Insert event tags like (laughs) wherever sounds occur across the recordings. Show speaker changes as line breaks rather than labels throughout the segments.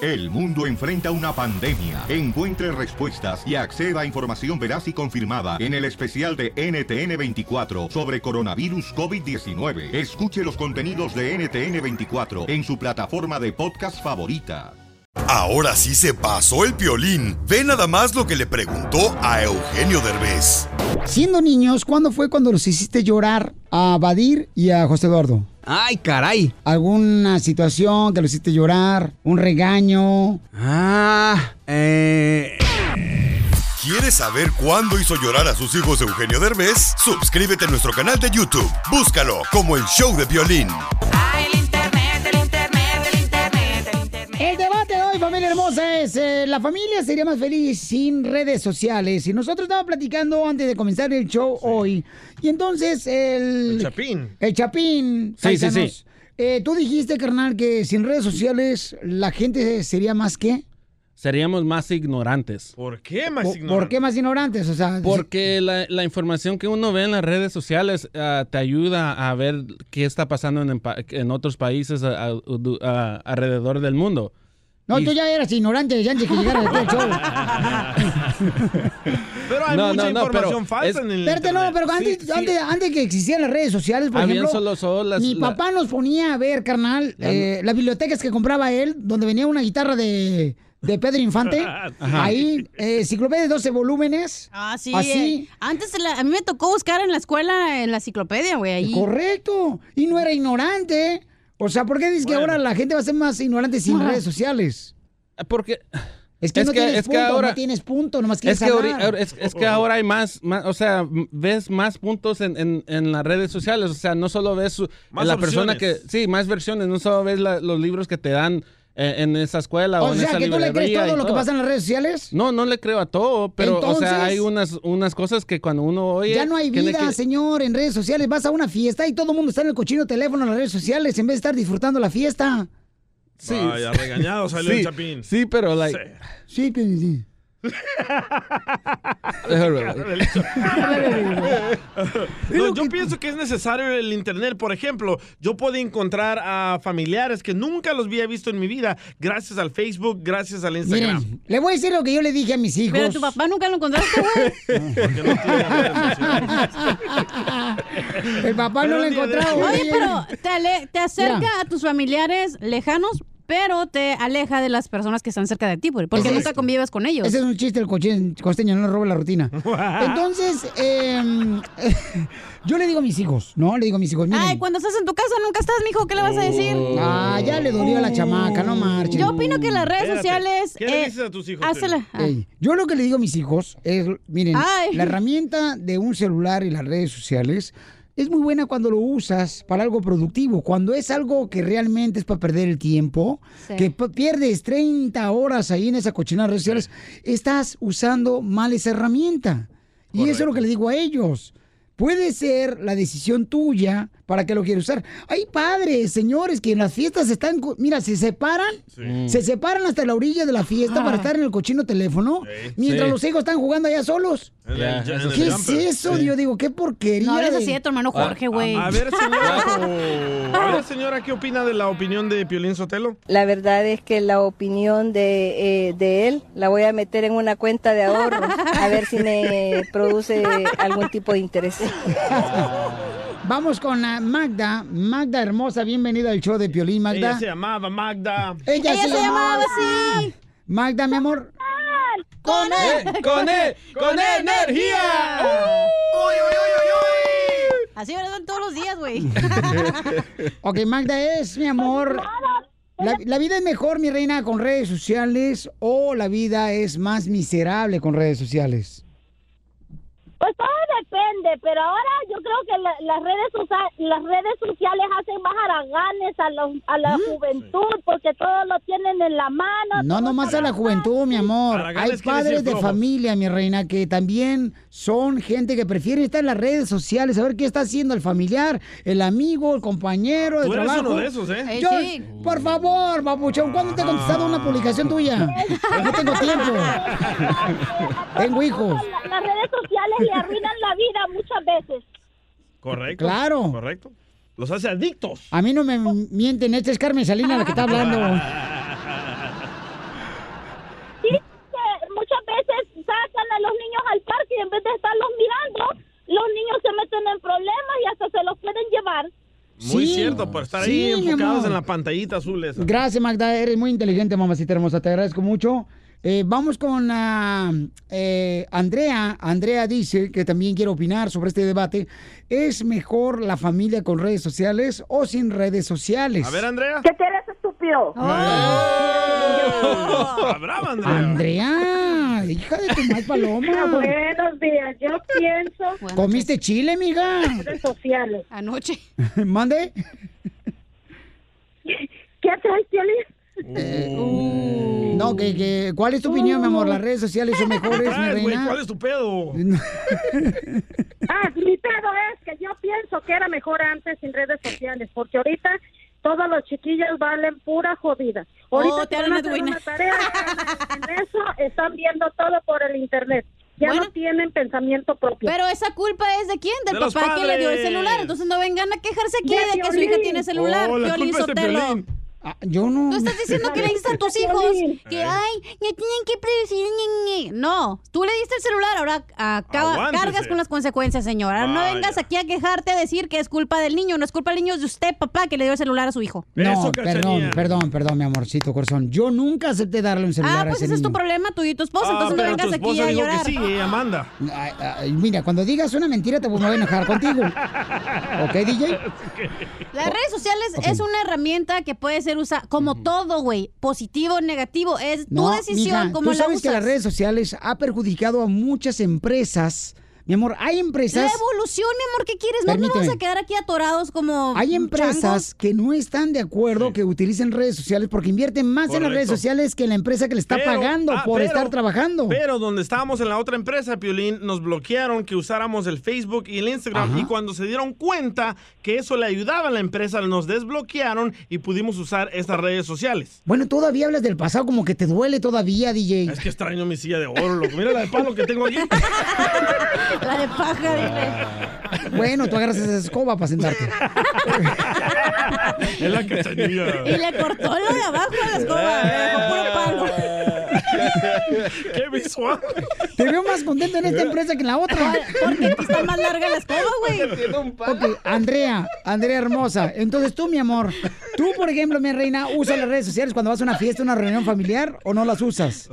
El mundo enfrenta una pandemia. Encuentre respuestas y acceda a información veraz y confirmada en el especial de NTN24 sobre coronavirus COVID-19. Escuche los contenidos de NTN24 en su plataforma de podcast favorita.
Ahora sí se pasó el piolín. Ve nada más lo que le preguntó a Eugenio Derbez.
Siendo niños, ¿cuándo fue cuando los hiciste llorar a Badir y a José Eduardo?
Ay, caray.
¿Alguna situación que los hiciste llorar? ¿Un regaño?
Ah, eh...
¿Quieres saber cuándo hizo llorar a sus hijos Eugenio Derbez? Suscríbete a nuestro canal de YouTube. Búscalo como el show de violín.
El debate de hoy, familia hermosa, es eh, la familia sería más feliz sin redes sociales. Y nosotros estábamos platicando antes de comenzar el show hoy. Y entonces el...
El Chapín.
El Chapín.
Sí, sí, sí.
paisanos, eh, tú dijiste, carnal, que sin redes sociales la gente sería más que...
Seríamos más ignorantes.
¿Por qué
Po- ¿Por qué más ignorantes? O sea,
Porque la, la información que uno ve en las redes sociales ah, te ayuda a ver qué está pasando en, pa- en otros países a- a- du- a- alrededor del
(laughs)
mundo.
no, tú ya eras ignorante ya antes
(laughs)
que llegara aquí al show.
Pero hay
No,
mucha
no, no, pero
información falsa
es-
en el
Espérate, no,
internet.
pero antes,
Sí, sí.
Antes, antes que existían las redes sociales, por
Habían
ejemplo,
solo- solo las-
mi
la-
papá nos ponía a ver, carnal, eh, las bibliotecas que compraba él, donde venía una guitarra de, de Pedro
(laughs)
Infante,
Ajá.
ahí, eh, enciclopedia de 12 volúmenes.
Ah, sí. eh.
Así.
Antes la- a mí me tocó buscar en la escuela, en la enciclopedia, güey. ahí.
Correcto. Y no era ignorante. O sea, ¿por qué dices que ahora la gente va a ser más ignorante sin
Ajá.
redes sociales?
Porque
Es que
Es
no
que-
tienes
es que
punto,
ahora-
no tienes punto, nomás quieres
es que, ahori-
hablar.
ahora- es, es que ahora hay más, más- o sea, m- ves más puntos en, en- en las redes sociales, o sea, no solo ves su-
Más
la persona que,
opciones.
sí, más versiones, no solo ves la- los libros que te dan eh, en esa escuela o,
O
en
sea,
esa
que tú le crees
librería y
todo lo que
todo.
pasa en las redes sociales.
No, no le creo a todo, pero o
Entonces-
sea, hay unas unas cosas que cuando uno oye
Ya no hay
tiene
vida,
que-
señor, en redes sociales. Vas a una fiesta y todo el mundo está en el cochino teléfono en las redes sociales en vez de estar disfrutando la fiesta.
sí,
Vaya,
sí,
regañado salió el Chapín.
Sí, pero like
Sí.
Sí, sí, sí.
No, yo pienso que es necesario el internet. Por ejemplo, yo puedo encontrar a familiares que nunca los había visto en mi vida, gracias al Facebook, gracias al Instagram.
Miren, le voy a decir lo que yo le dije a mis hijos.
Pero tu papá nunca lo encontraste,
(laughs)
güey.
Ah, El papá
Pero
no lo ha
un día de
encontrado.
Oye,
güey.
pero te, ale- te acerca
Mira.
a tus familiares lejanos, pero te aleja de las personas que están cerca de ti, güey, porque nunca convives con ellos.
Ese es un chiste del coche- costeño, no le robe
(laughs)
la rutina. Entonces, em, (laughs) yo le digo a mis hijos, ¿no? Le digo a mis hijos,
Ay,
miren.
cuando estás en tu casa nunca estás, mijo, ¿qué le vas a decir?
Ah, ya le dolió a la chamaca, no marchen.
Yo opino que las redes
Espérate,
sociales... eh,
¿qué le dices a tus hijos,
Hazla. ah,
Ey, yo lo que le digo a mis hijos es, miren,
Ay.
la herramienta de un celular y las redes sociales es muy buena cuando lo usas para algo productivo, cuando es algo que realmente es para perder el tiempo,
Sí.
que p- pierdes 30 horas ahí en esa cochina de redes sociales, estás usando mal esa herramienta. Y eso es lo que le digo a ellos. Puede ser la decisión tuya para que lo quieras usar. Hay padres, señores, que en las fiestas están, co- mira, se separan se separan hasta la orilla de la fiesta para estar en el cochino teléfono mientras
Sí.
los hijos están jugando allá solos.
En
Ya,
el- en
eso
el
sí.
¿Qué es
jumper.
eso?
Sí.
Yo digo, qué porquería.
No hables
de-
así de tu hermano Jorge, güey.
Ah, A ver, señora, a ver, señora, ¿qué opina de la opinión de Piolín Sotelo?
La verdad es que la opinión de, eh, de él la voy a meter en una cuenta de ahorro, a ver si me produce algún tipo de interés.
(laughs) Vamos con la Magda. Magda hermosa, bienvenida al show de Piolín, Magda.
Ella se llamaba Magda.
Ella,
Ella se llamaba así.
Magda, mi amor.
Con E,
Eh,
él.
con
E,
él, con energía.
Así son todos los
(laughs)
días, güey.
(laughs)
(laughs)
Ok, Magda es, mi amor. La, la vida es mejor, mi reina, con redes sociales o la vida es más miserable con redes sociales?
Pues todo depende, pero ahora yo creo que la- las redes socia- las redes sociales hacen más haraganes a, los- a la juventud porque todos lo tienen en la mano.
Mm, No,
todo
nomás
está
a la
más
juventud, mi amor.
Haraganes
Hay
quiere decir
padres de
flojos.
familia, mi reina, que también son gente que prefiere estar en las redes sociales, saber qué está haciendo el familiar, el amigo, el compañero de
Tú eres
trabajo.
uno de esos, ¿eh?
Ey,
Yo-
sí.
por favor, papuchón, ¿cuándo te he contestado una publicación tuya? No tengo tiempo. Tengo hijos.
fácil. La- Las redes sociales le arruinan la vida muchas veces.
Correcto.
Claro.
Correcto. Los hace adictos.
este A mí no me mienten, esta es Carmen Salina la que está hablando.
cierto, por estar
Sí,
ahí
mi
enfocados
amor.
en la pantallita azul esa.
Gracias, Magda. Eres muy inteligente, mamacita hermosa. Te agradezco mucho. Eh, vamos con ah, eh, Andrea. Andrea dice que también quiere opinar sobre este debate. ¿Es mejor la familia con redes sociales o sin redes sociales?
A ver, Andrea.
¿Qué quieres, estúpido?
Oh.
Ah, brava, Andrea.
Andrea, hija de tu mal paloma.
Ah, Buenos días, yo pienso
¿Comiste chile, amiga?
redes sociales.
Anoche.
(laughs) ¿Mande?
¿Qué traes, Piolín?
Eh, No, que, que- ¿cuál es tu opinión, mi amor? ¿Las redes sociales son mejores,
(laughs)
mi
Ay, güey,
reina?
¿cuál es tu pedo?
Ah, mi pedo es que yo pienso que era mejor antes sin redes sociales, porque ahorita todos los chiquillos valen pura jodida. Ahorita
Oh, te
si van
hablan
a
de
hacer
buena.
una tarea, en eso están viendo todo por el internet. Ya
Bueno.
no tienen pensamiento propio.
Pero esa culpa es de quién? Del
De los
papá que le dio el
padres.
celular. Entonces no vengan a quejarse aquí
De
de, que su hija
Piolín.
tiene celular.
Oh, la
Piolín
culpa es de
Sotelo.
Piolín.
Ah, yo no.
Tú estás diciendo
(laughs)
que le diste a tus
De
hijos
Piolín.
que, ay, ya tienen que predecir. ñe, ñe. No, tú le diste el celular, ahora acaba-
Aguántese.
cargas con las consecuencias, señora. No
Vaya.
vengas aquí a quejarte a decir que es culpa del niño. No es culpa del niño, es de usted, papá, que le dio el celular a su hijo.
No,
Eso,
perdón,
Cachanilla.
perdón, perdón, mi amorcito corazón. Yo nunca acepté darle un celular
Ah,
a
pues
ese
ese es tu
niño.
problema, tú y tu esposa.
Ah,
entonces no
pero tu
vengas aquí
esposa
a
dijo
llorar.
que sí, eh, Amanda.
Ay, ay, mira, cuando digas una mentira te voy a enojar
(laughs)
contigo. ¿Ok, DJ?
Las redes sociales
ok.
es una herramienta que puede ser usada como todo, güey. Positivo, negativo. Es tu decisión
mija,
como
tú
la
sabes
usas.
que las redes sociales ha perjudicado a muchas empresas. Mi amor, hay
La
empresas,
evolución, mi amor, ¿qué quieres? No nos vamos
Permíteme.
a quedar aquí atorados como.
hay
changos.
empresas que no están de acuerdo que utilicen redes sociales porque invierten más en las redes
Correcto.
sociales que en la empresa que le está
Pero-
pagando
ah,
por
pero-
estar trabajando.
Pero donde estábamos en la otra empresa, Piolín, nos bloquearon que usáramos el Facebook y el Instagram.
Ajá.
Y cuando se dieron cuenta que eso le ayudaba a la empresa, nos desbloquearon y pudimos usar estas redes sociales.
Bueno, todavía hablas del pasado como que te duele todavía, DJ.
Es que extraño mi silla de oro, loco. Mira la de palo que tengo aquí.
(laughs) La de paja, dile.
Bueno, tú agarras esa escoba para sentarte.
Es la cachanilla.
Y le cortó lo de abajo a la escoba. le dejó puro palo.
(laughs) ¡Qué
(laughs)
visual!
Te veo más contento en esta empresa que en la otra.
Porque aquí está más larga la escoba, güey.
Ok, Andrea, Andrea hermosa. Entonces tú, mi amor, tú, por ejemplo, mi reina, ¿usas las redes sociales cuando vas a una fiesta, una reunión familiar o no las usas?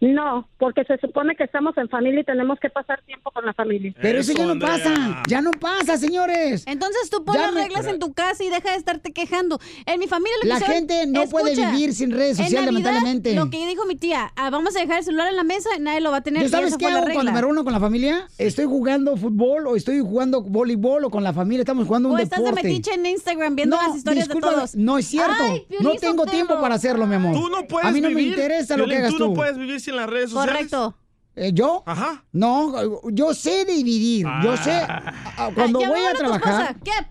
No, porque se supone que estamos en familia y tenemos que pasar tiempo con la familia.
Pero eso,
Eso,
ya no
Andrea.
pasa, ya no pasa, señores.
Entonces tú pon
Ya
las
me-
reglas en tu casa y deja de estarte quejando. En mi familia lo que
La
hicieron-
gente no puede vivir sin redes
en
sociales,
Navidad,
lamentablemente.
Lo que dijo mi tía, ah, vamos a dejar el celular en la mesa, nadie lo va a tener.
¿Yo
y
sabes
esa
qué
fue la
hago cuando
regla.
me reúno con la familia? Estoy jugando fútbol o estoy jugando voleibol o con la familia, estamos jugando un
O estás de
deporte.
metiche en Instagram viendo las historias de
discúlpame,
todos.
No es cierto.
Ay, Piolín
no tengo
Sotelo.
tiempo para hacerlo, mi amor.
Tú no puedes
A mí no
vivir.
me interesa lo que
Piolín,
hagas
tú.
tú.
no puedes vivir sin las redes sociales.
Correcto.
Eh, ¿Yo?
Ajá. Ah.
No, yo sé dividir. Yo sé. a- a- Cuando
Ya
voy a
vámonos,
trabajar.
esposa. ¿Qué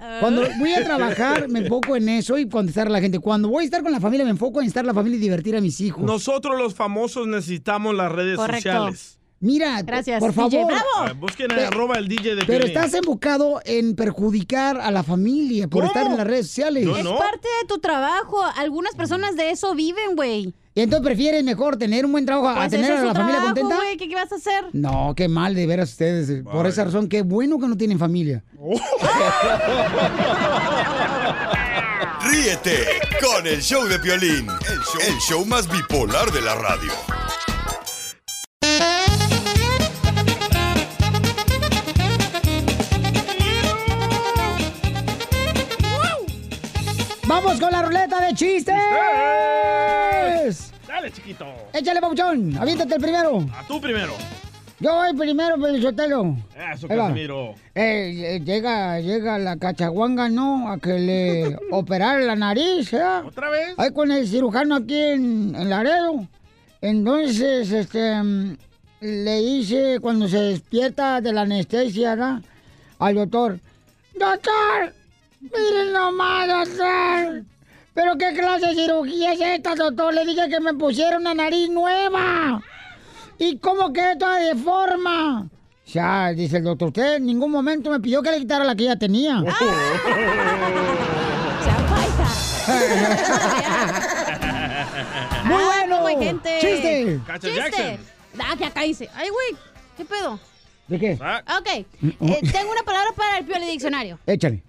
pa?
Cuando
Ah.
voy a trabajar,
(laughs)
me enfoco en eso y contestar a la gente. Cuando voy a estar con la familia, me enfoco en estar la familia y divertir a mis hijos.
Nosotros los famosos necesitamos las redes
Correcto.
sociales.
Mira,
Gracias.
por favor.
DJ,
Ah,
bravo.
Busquen a arroba el DJ de
Pero
Piolín.
estás enfocado en perjudicar a la familia por
¿Cómo?
estar en las redes sociales.
(laughs) Yo
Es
no.
parte de tu trabajo. Algunas personas de eso viven, güey.
Y entonces prefieres mejor tener un buen trabajo a
Pues
tener
ese es
a
su
la familia
trabajo,
contenta.
güey. ¿Qué, qué vas a hacer?
No, qué mal de veras ustedes. eh, Por esa razón, qué bueno que no tienen familia.
Ríete con el show de Piolín, el show, el show más bipolar de la radio.
Vamos con la ruleta de chistes.
Dale, chiquito. Ah.
Échale, papuchón. Aviéntate el primero.
A tú primero.
Yo voy primero, Pelizotelo.
Eso,
Ahí va. (laughs)
Casimiro.
Eh, eh, llega, llega la cachaguanga, ¿no? A que
(laughs)
le operara la nariz, ¿eh?
¿Otra vez?
Ahí con el cirujano aquí en, en Laredo. Entonces, este, mm, le dice cuando se despierta de la anestesia, ¿no? Al doctor, doctor, miren nomás, doctor. ¿Pero qué clase de cirugía es esta, doctor? Le dije que me pusieron una nariz nueva. ¿Y cómo quedó toda deforma? Ya, dice el doctor, usted en ningún momento me pidió que le quitara la que
(laughs)
ya tenía. (laughs) Muy
Ah,
bueno.
qué buen gente.
Chiste.
Cacha
Chiste.
Jackson.
Ah, que acá dice. Ay, güey. ¿Qué pedo?
¿De qué?
Ah,
Ok. Eh, tengo una palabra para el Pioli Diccionario.
Échale.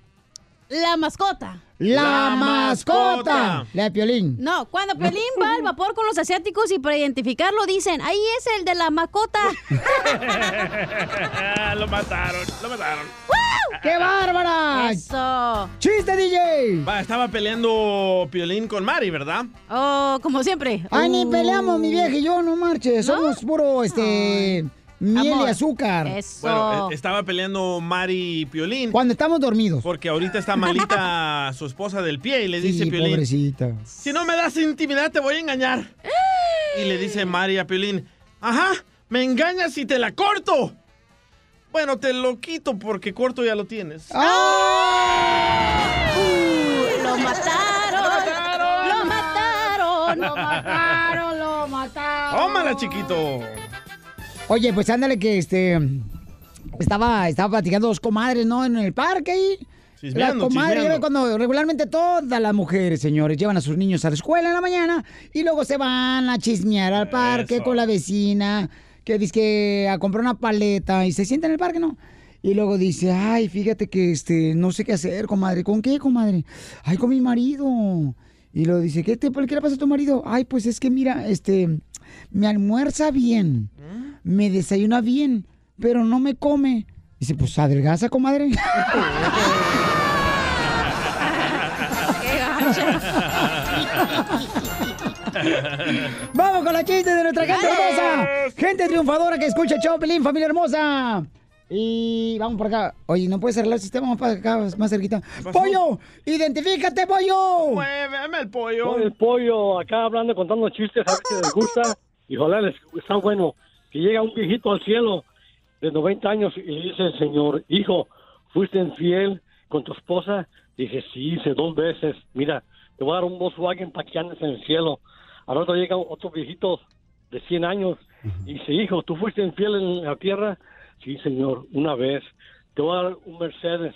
la mascota.
La, mascota. La de Piolín.
No, cuando Pelín va al vapor con los asiáticos y para identificarlo dicen, ahí es el de la mascota.
(laughs) lo mataron, lo mataron.
(laughs) ¡Qué bárbara!
Eso.
¡Chiste, DJ!
Va, estaba peleando Piolín con Mari, ¿verdad?
Oh, como siempre.
Ay, ni
Uh.
peleamos, mi vieja y yo, no marches. Somos puro, este, miel
Amor.
y azúcar.
Eso.
Bueno, e- estaba peleando Mari y Piolín.
Cuando estamos dormidos.
Porque ahorita está malita
(laughs)
su esposa del pie y le eh, dice
Sí,
Piolín,
pobrecita.
si no me das intimidad te voy a engañar. Y le dice Mari a Piolín, ajá, me engañas y te la corto. Bueno, te lo quito porque corto ya lo tienes.
¡Ah!
Lo mataron. Lo mataron. Lo mataron. Lo mataron.
¡Tómala, chiquito!
Oye, pues ándale que este. Estaba, estaba platicando dos comadres, ¿no? En el parque ahí. La
Chismeando,
comadre
chismeando.
ya ve cuando regularmente todas las mujeres, señores, llevan a sus niños a la escuela en la mañana y luego se van a chismear al parque
Eso.
con la vecina que dice que a comprar una paleta y se sienta en el parque, ¿no? Y luego dice, ay, fíjate que este, no sé qué hacer, comadre. ¿Con qué, comadre? Ay, con mi marido. Y luego dice, ¿qué, te, ¿qué le pasa a tu marido? Ay, pues es que mira, este, me almuerza bien, me desayuna bien, pero no me come. Dice, pues adelgaza, comadre. Vamos con la chiste de nuestra gente
Dale.
hermosa. Gente triunfadora que escucha el show, Pelín, familia hermosa. Y vamos por acá. Oye, no puedes cerrar el sistema, vamos para acá, más cerquita. ¡Pollo! ¡Identifícate, pollo!
¡Muéveme el pollo!
Soy el pollo, acá hablando, contando chistes, a ver si les gusta. Y ojalá les está bueno. Que llega un viejito al cielo de 90 años y le dice, señor, hijo, ¿fuiste infiel con tu esposa? Dice, sí, hice dos veces. Mira, te voy a dar un Volkswagen para que andes en el cielo. Al otro llega otro viejito de 100 años y dice, hijo, ¿tú fuiste infiel en la tierra? Sí, señor, una vez. Te voy a dar un Mercedes.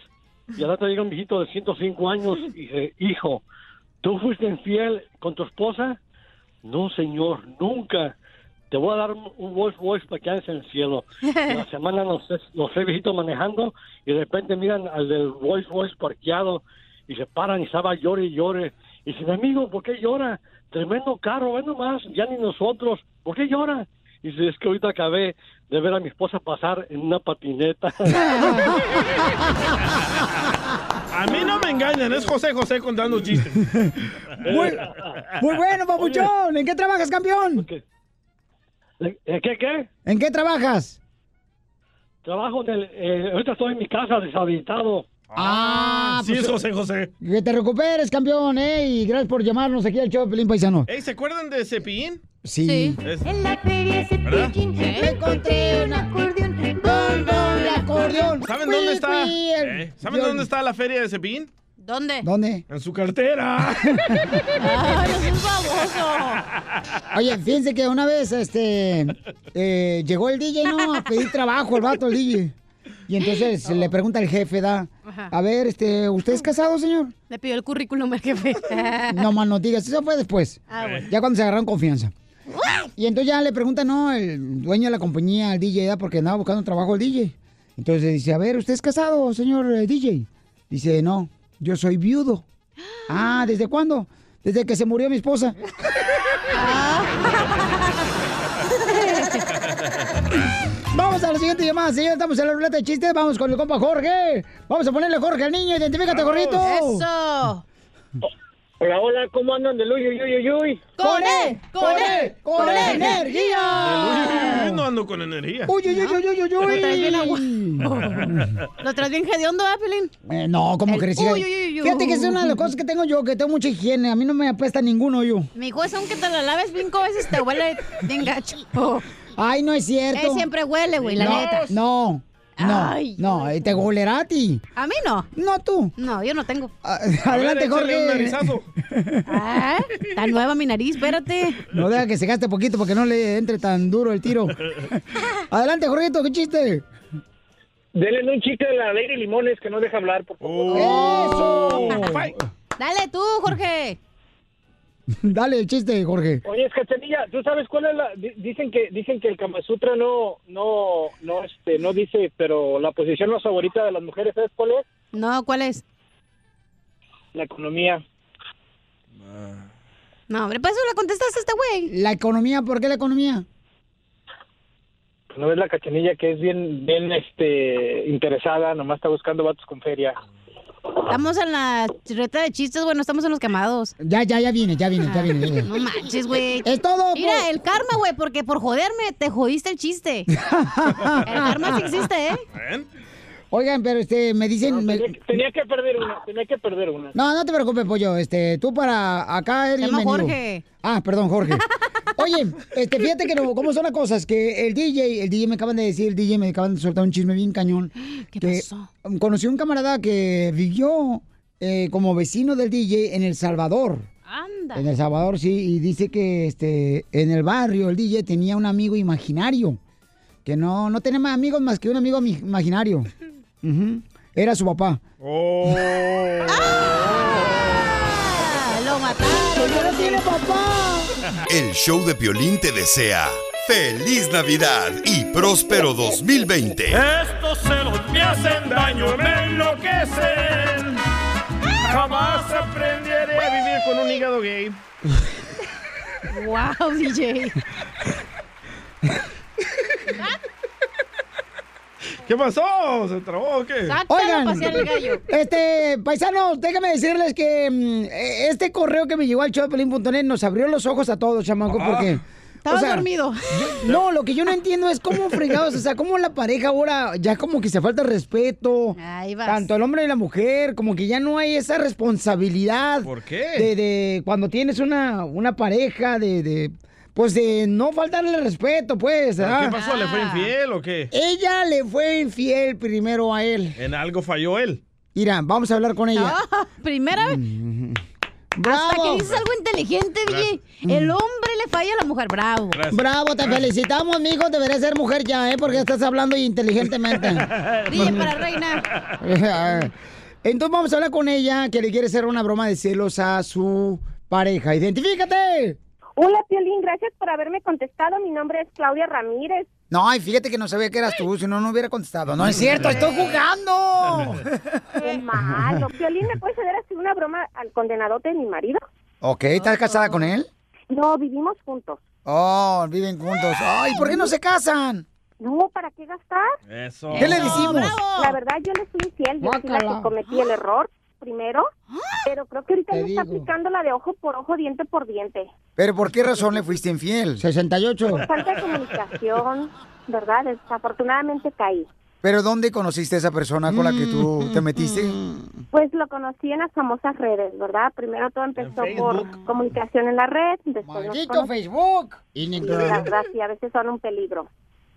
Y al otro llega un viejito de 105 años y dice, hijo, ¿Tú fuiste infiel con tu esposa? No, señor, nunca. Te voy a dar un- un voice voice para que andes en el cielo. La semana los, tres- los tres viejitos manejando y de repente miran al del voice voice parqueado y se paran y estaba llore y llore. Y dicen, amigo, ¿por qué llora? Tremendo carro, ve nomás, ya ni nosotros. ¿Por qué llora? Y dice, es que ahorita acabé de ver a mi esposa pasar en una patineta.
A mí no me engañan, es José José contando chistes.
muy, Muy bueno, papuchón. ¿En qué trabajas, campeón?
¿Eh, ¿Qué, qué?
¿En qué trabajas?
Trabajo en el... eh, ahorita estoy en mi casa deshabilitado.
Ah,
sí, es José José.
Que te recuperes, campeón, ¿eh? Y gracias por llamarnos aquí al show de Pelín Paisano.
Ey, ¿se acuerdan de Cepillín?
Sí. Sí.
Es-
En la feria ese
¿Verdad?
piquín me encontré un acordeón, bombón de acordeón.
¿Saben dónde está?
Cui, el-
Eh, ¿Saben dónde está la feria de Cepillín?
¿Dónde?
¿Dónde?
En su
(laughs)
cartera. Ah,
Ay, es un baboso. (laughs)
Oye, fíjense que una vez este eh, llegó el DJ, ¿no? A pedir trabajo el vato, el DJ. Y entonces le pregunta al jefe, da,
Oh. Ajá.
a ver, este, ¿usted es casado, señor?
Le pidió el currículum al jefe.
(laughs) No más no digas, eso fue después.
Ah, bueno.
Ya cuando se agarraron confianza. Y entonces ya le pregunta, ¿no? El dueño de la compañía, al DJ, ¿da? porque andaba buscando trabajo el DJ. Entonces dice, a ver, ¿usted es casado, señor eh, DJ? Dice, no, yo soy
(gasps)
viudo. Ah, ¿desde cuándo? Desde que se murió mi esposa. Vamos a la siguiente llamada, señor. Estamos en la ruleta de chistes. Vamos con el compa Jorge. Vamos a ponerle Jorge al niño. Identifícate, Jorrito.
Eso.
Hola, hola, ¿cómo andan de uy, uy, uy, uy?
¡Con él! ¡Con él! ¡Con E.
El uy, uy,
energía!
uy, no ando con energía.
¡Uy, uy, uy, uy, uy,
Lo traes bien
uy!
¿Lo traes bien hediondo, ¿eh, Pelín?
Eh, no, ¿cómo
El
crees?
uy, uy, uy, uy.
Fíjate que es una de las cosas que tengo yo, que tengo mucha higiene. A mí no me apesta ninguno yo.
Mi hijo es aunque te la laves cinco veces, te huele bien gacho.
Ay, (laughs) no es cierto.
Eh, siempre huele, güey, la
no,
neta.
No, no,
Ay.
no, eh, te golerá a ti.
A mí no.
No tú. Ah,
No, yo no tengo.
(laughs)
échale
Adelante,
un
Jorge. (laughs)
narizazo.
Ah, Está nueva mi nariz, espérate.
No deja que se gaste poquito porque no le entre tan duro
(laughs)
el tiro. Adelante, Jorgito, qué chiste.
Denle un chiste de la ley de limones que no deja hablar, por favor.
Oh.
Oh.
Eso.
Dale tú, Jorge.
Dale el chiste, Jorge.
Oye, Escachanilla, ¿tú sabes cuál es la...? di- Dicen que, dicen que el Kama Sutra no, no, no, este, no dice, pero la posición más favorita de las mujeres, ¿sabes cuál es?
No, ¿cuál es?
la economía.
No, hombre, para eso la contestaste a este güey.
La economía, ¿por qué la economía?
No es la cachanilla que es bien, bien, este, interesada, nomás está buscando vatos con feria.
Estamos en la reta de chistes, güey, no estamos en los quemados.
Ya, ya, ya viene, ya viene, ya viene. ya viene.
No manches, güey.
Es todo.
Mira, el karma, güey, porque por joderme te jodiste el chiste. (laughs) el karma sí existe, ¿eh?
Oigan, pero este, me dicen... me-
Tenía que perder una, tenía que perder una.
No, no te preocupes, pollo. Este, tú para acá eres
Se llama
bienvenido.
Jorge.
Ah, perdón,
(laughs)
Jorge. Oye, este, fíjate que no, cómo son las cosas, que el DJ, el DJ me acaban de decir, el DJ me acaban de soltar un chisme bien cañón.
¿Qué
que
pasó?
Conocí un camarada que vivió eh, como vecino del DJ en El Salvador.
Anda.
En El Salvador, sí, y dice que este, en el barrio el DJ tenía un amigo imaginario. Que no, no tenía más amigos más que un amigo mi- imaginario. Ujú. Era su papá.
Ah, lo mataron.
no tiene papá.
El show de Piolín te desea feliz Navidad y próspero 2020.
Estos celos me hacen daño, me enloquecen.
Jamás aprenderé a vivir con un hígado gay.
Wow, DJ.
¿Qué pasó? ¿Se trabó o qué?
este, paisanos, déjame decirles que mm, eh, este correo que me llegó al showpelín.net nos abrió los ojos a todos, chamaco,
Ah.
porque...
Estabas dormido.
yo- no, lo que yo no entiendo es cómo fregados, o sea, cómo la pareja ahora ya como que se falta el respeto,
Ahí vas.
tanto el hombre y la mujer, como que ya no hay esa responsabilidad.
¿Por qué?
De, de cuando tienes una, una pareja, de, de, pues de no faltarle el respeto, pues.
¿Pero
¿ah?
¿Qué pasó? ¿Le fue infiel o qué?
Ella le fue infiel primero a él.
¿En algo falló él?
Mira, vamos a hablar con ella. Mm.
Ah, primera vez. Hasta que
¡Bravo! Mm.
dices algo inteligente, DJ. El hombre le falla a la mujer. Bravo.
Bravo, te felicitamos, amigo. Deberías ser mujer ya, ¿eh? Porque estás hablando
(laughs)
inteligentemente.
DJ para reina.
(laughs) Entonces vamos a hablar con ella que le quiere hacer una broma de celos a su pareja. ¡Identifícate!
Hola, Piolín, gracias por haberme contestado. Mi nombre es Claudia Ramírez.
No, ay, fíjate que no sabía que eras tú, si no, no hubiera contestado. No es cierto, estoy jugando.
Eh. (laughs) Qué malo. Piolín, ¿me puedes hacer así una broma al condenadote de mi marido?
ok, ¿estás casada con él?
No, vivimos juntos.
Oh, viven juntos. Ay, ¿por qué no se casan?
No, ¿para qué gastar?
Eso.
¿Qué le decimos?
La verdad, yo le fui infiel. Yo fui la
Guácala.
que cometí el error primero, pero creo que ahorita
Te
me está
digo.
aplicando la de ojo por ojo, diente por diente.
¿Pero por qué razón le fuiste infiel? 68.
Falta de comunicación, ¿verdad? Desafortunadamente caí.
¿Pero dónde conociste a esa persona con la que tú te metiste?
Pues lo conocí en las famosas redes, ¿verdad? Primero todo empezó por comunicación en la red, después nos
Maldito
conocimos.
Facebook.
Sí, las gracias, a veces son un peligro.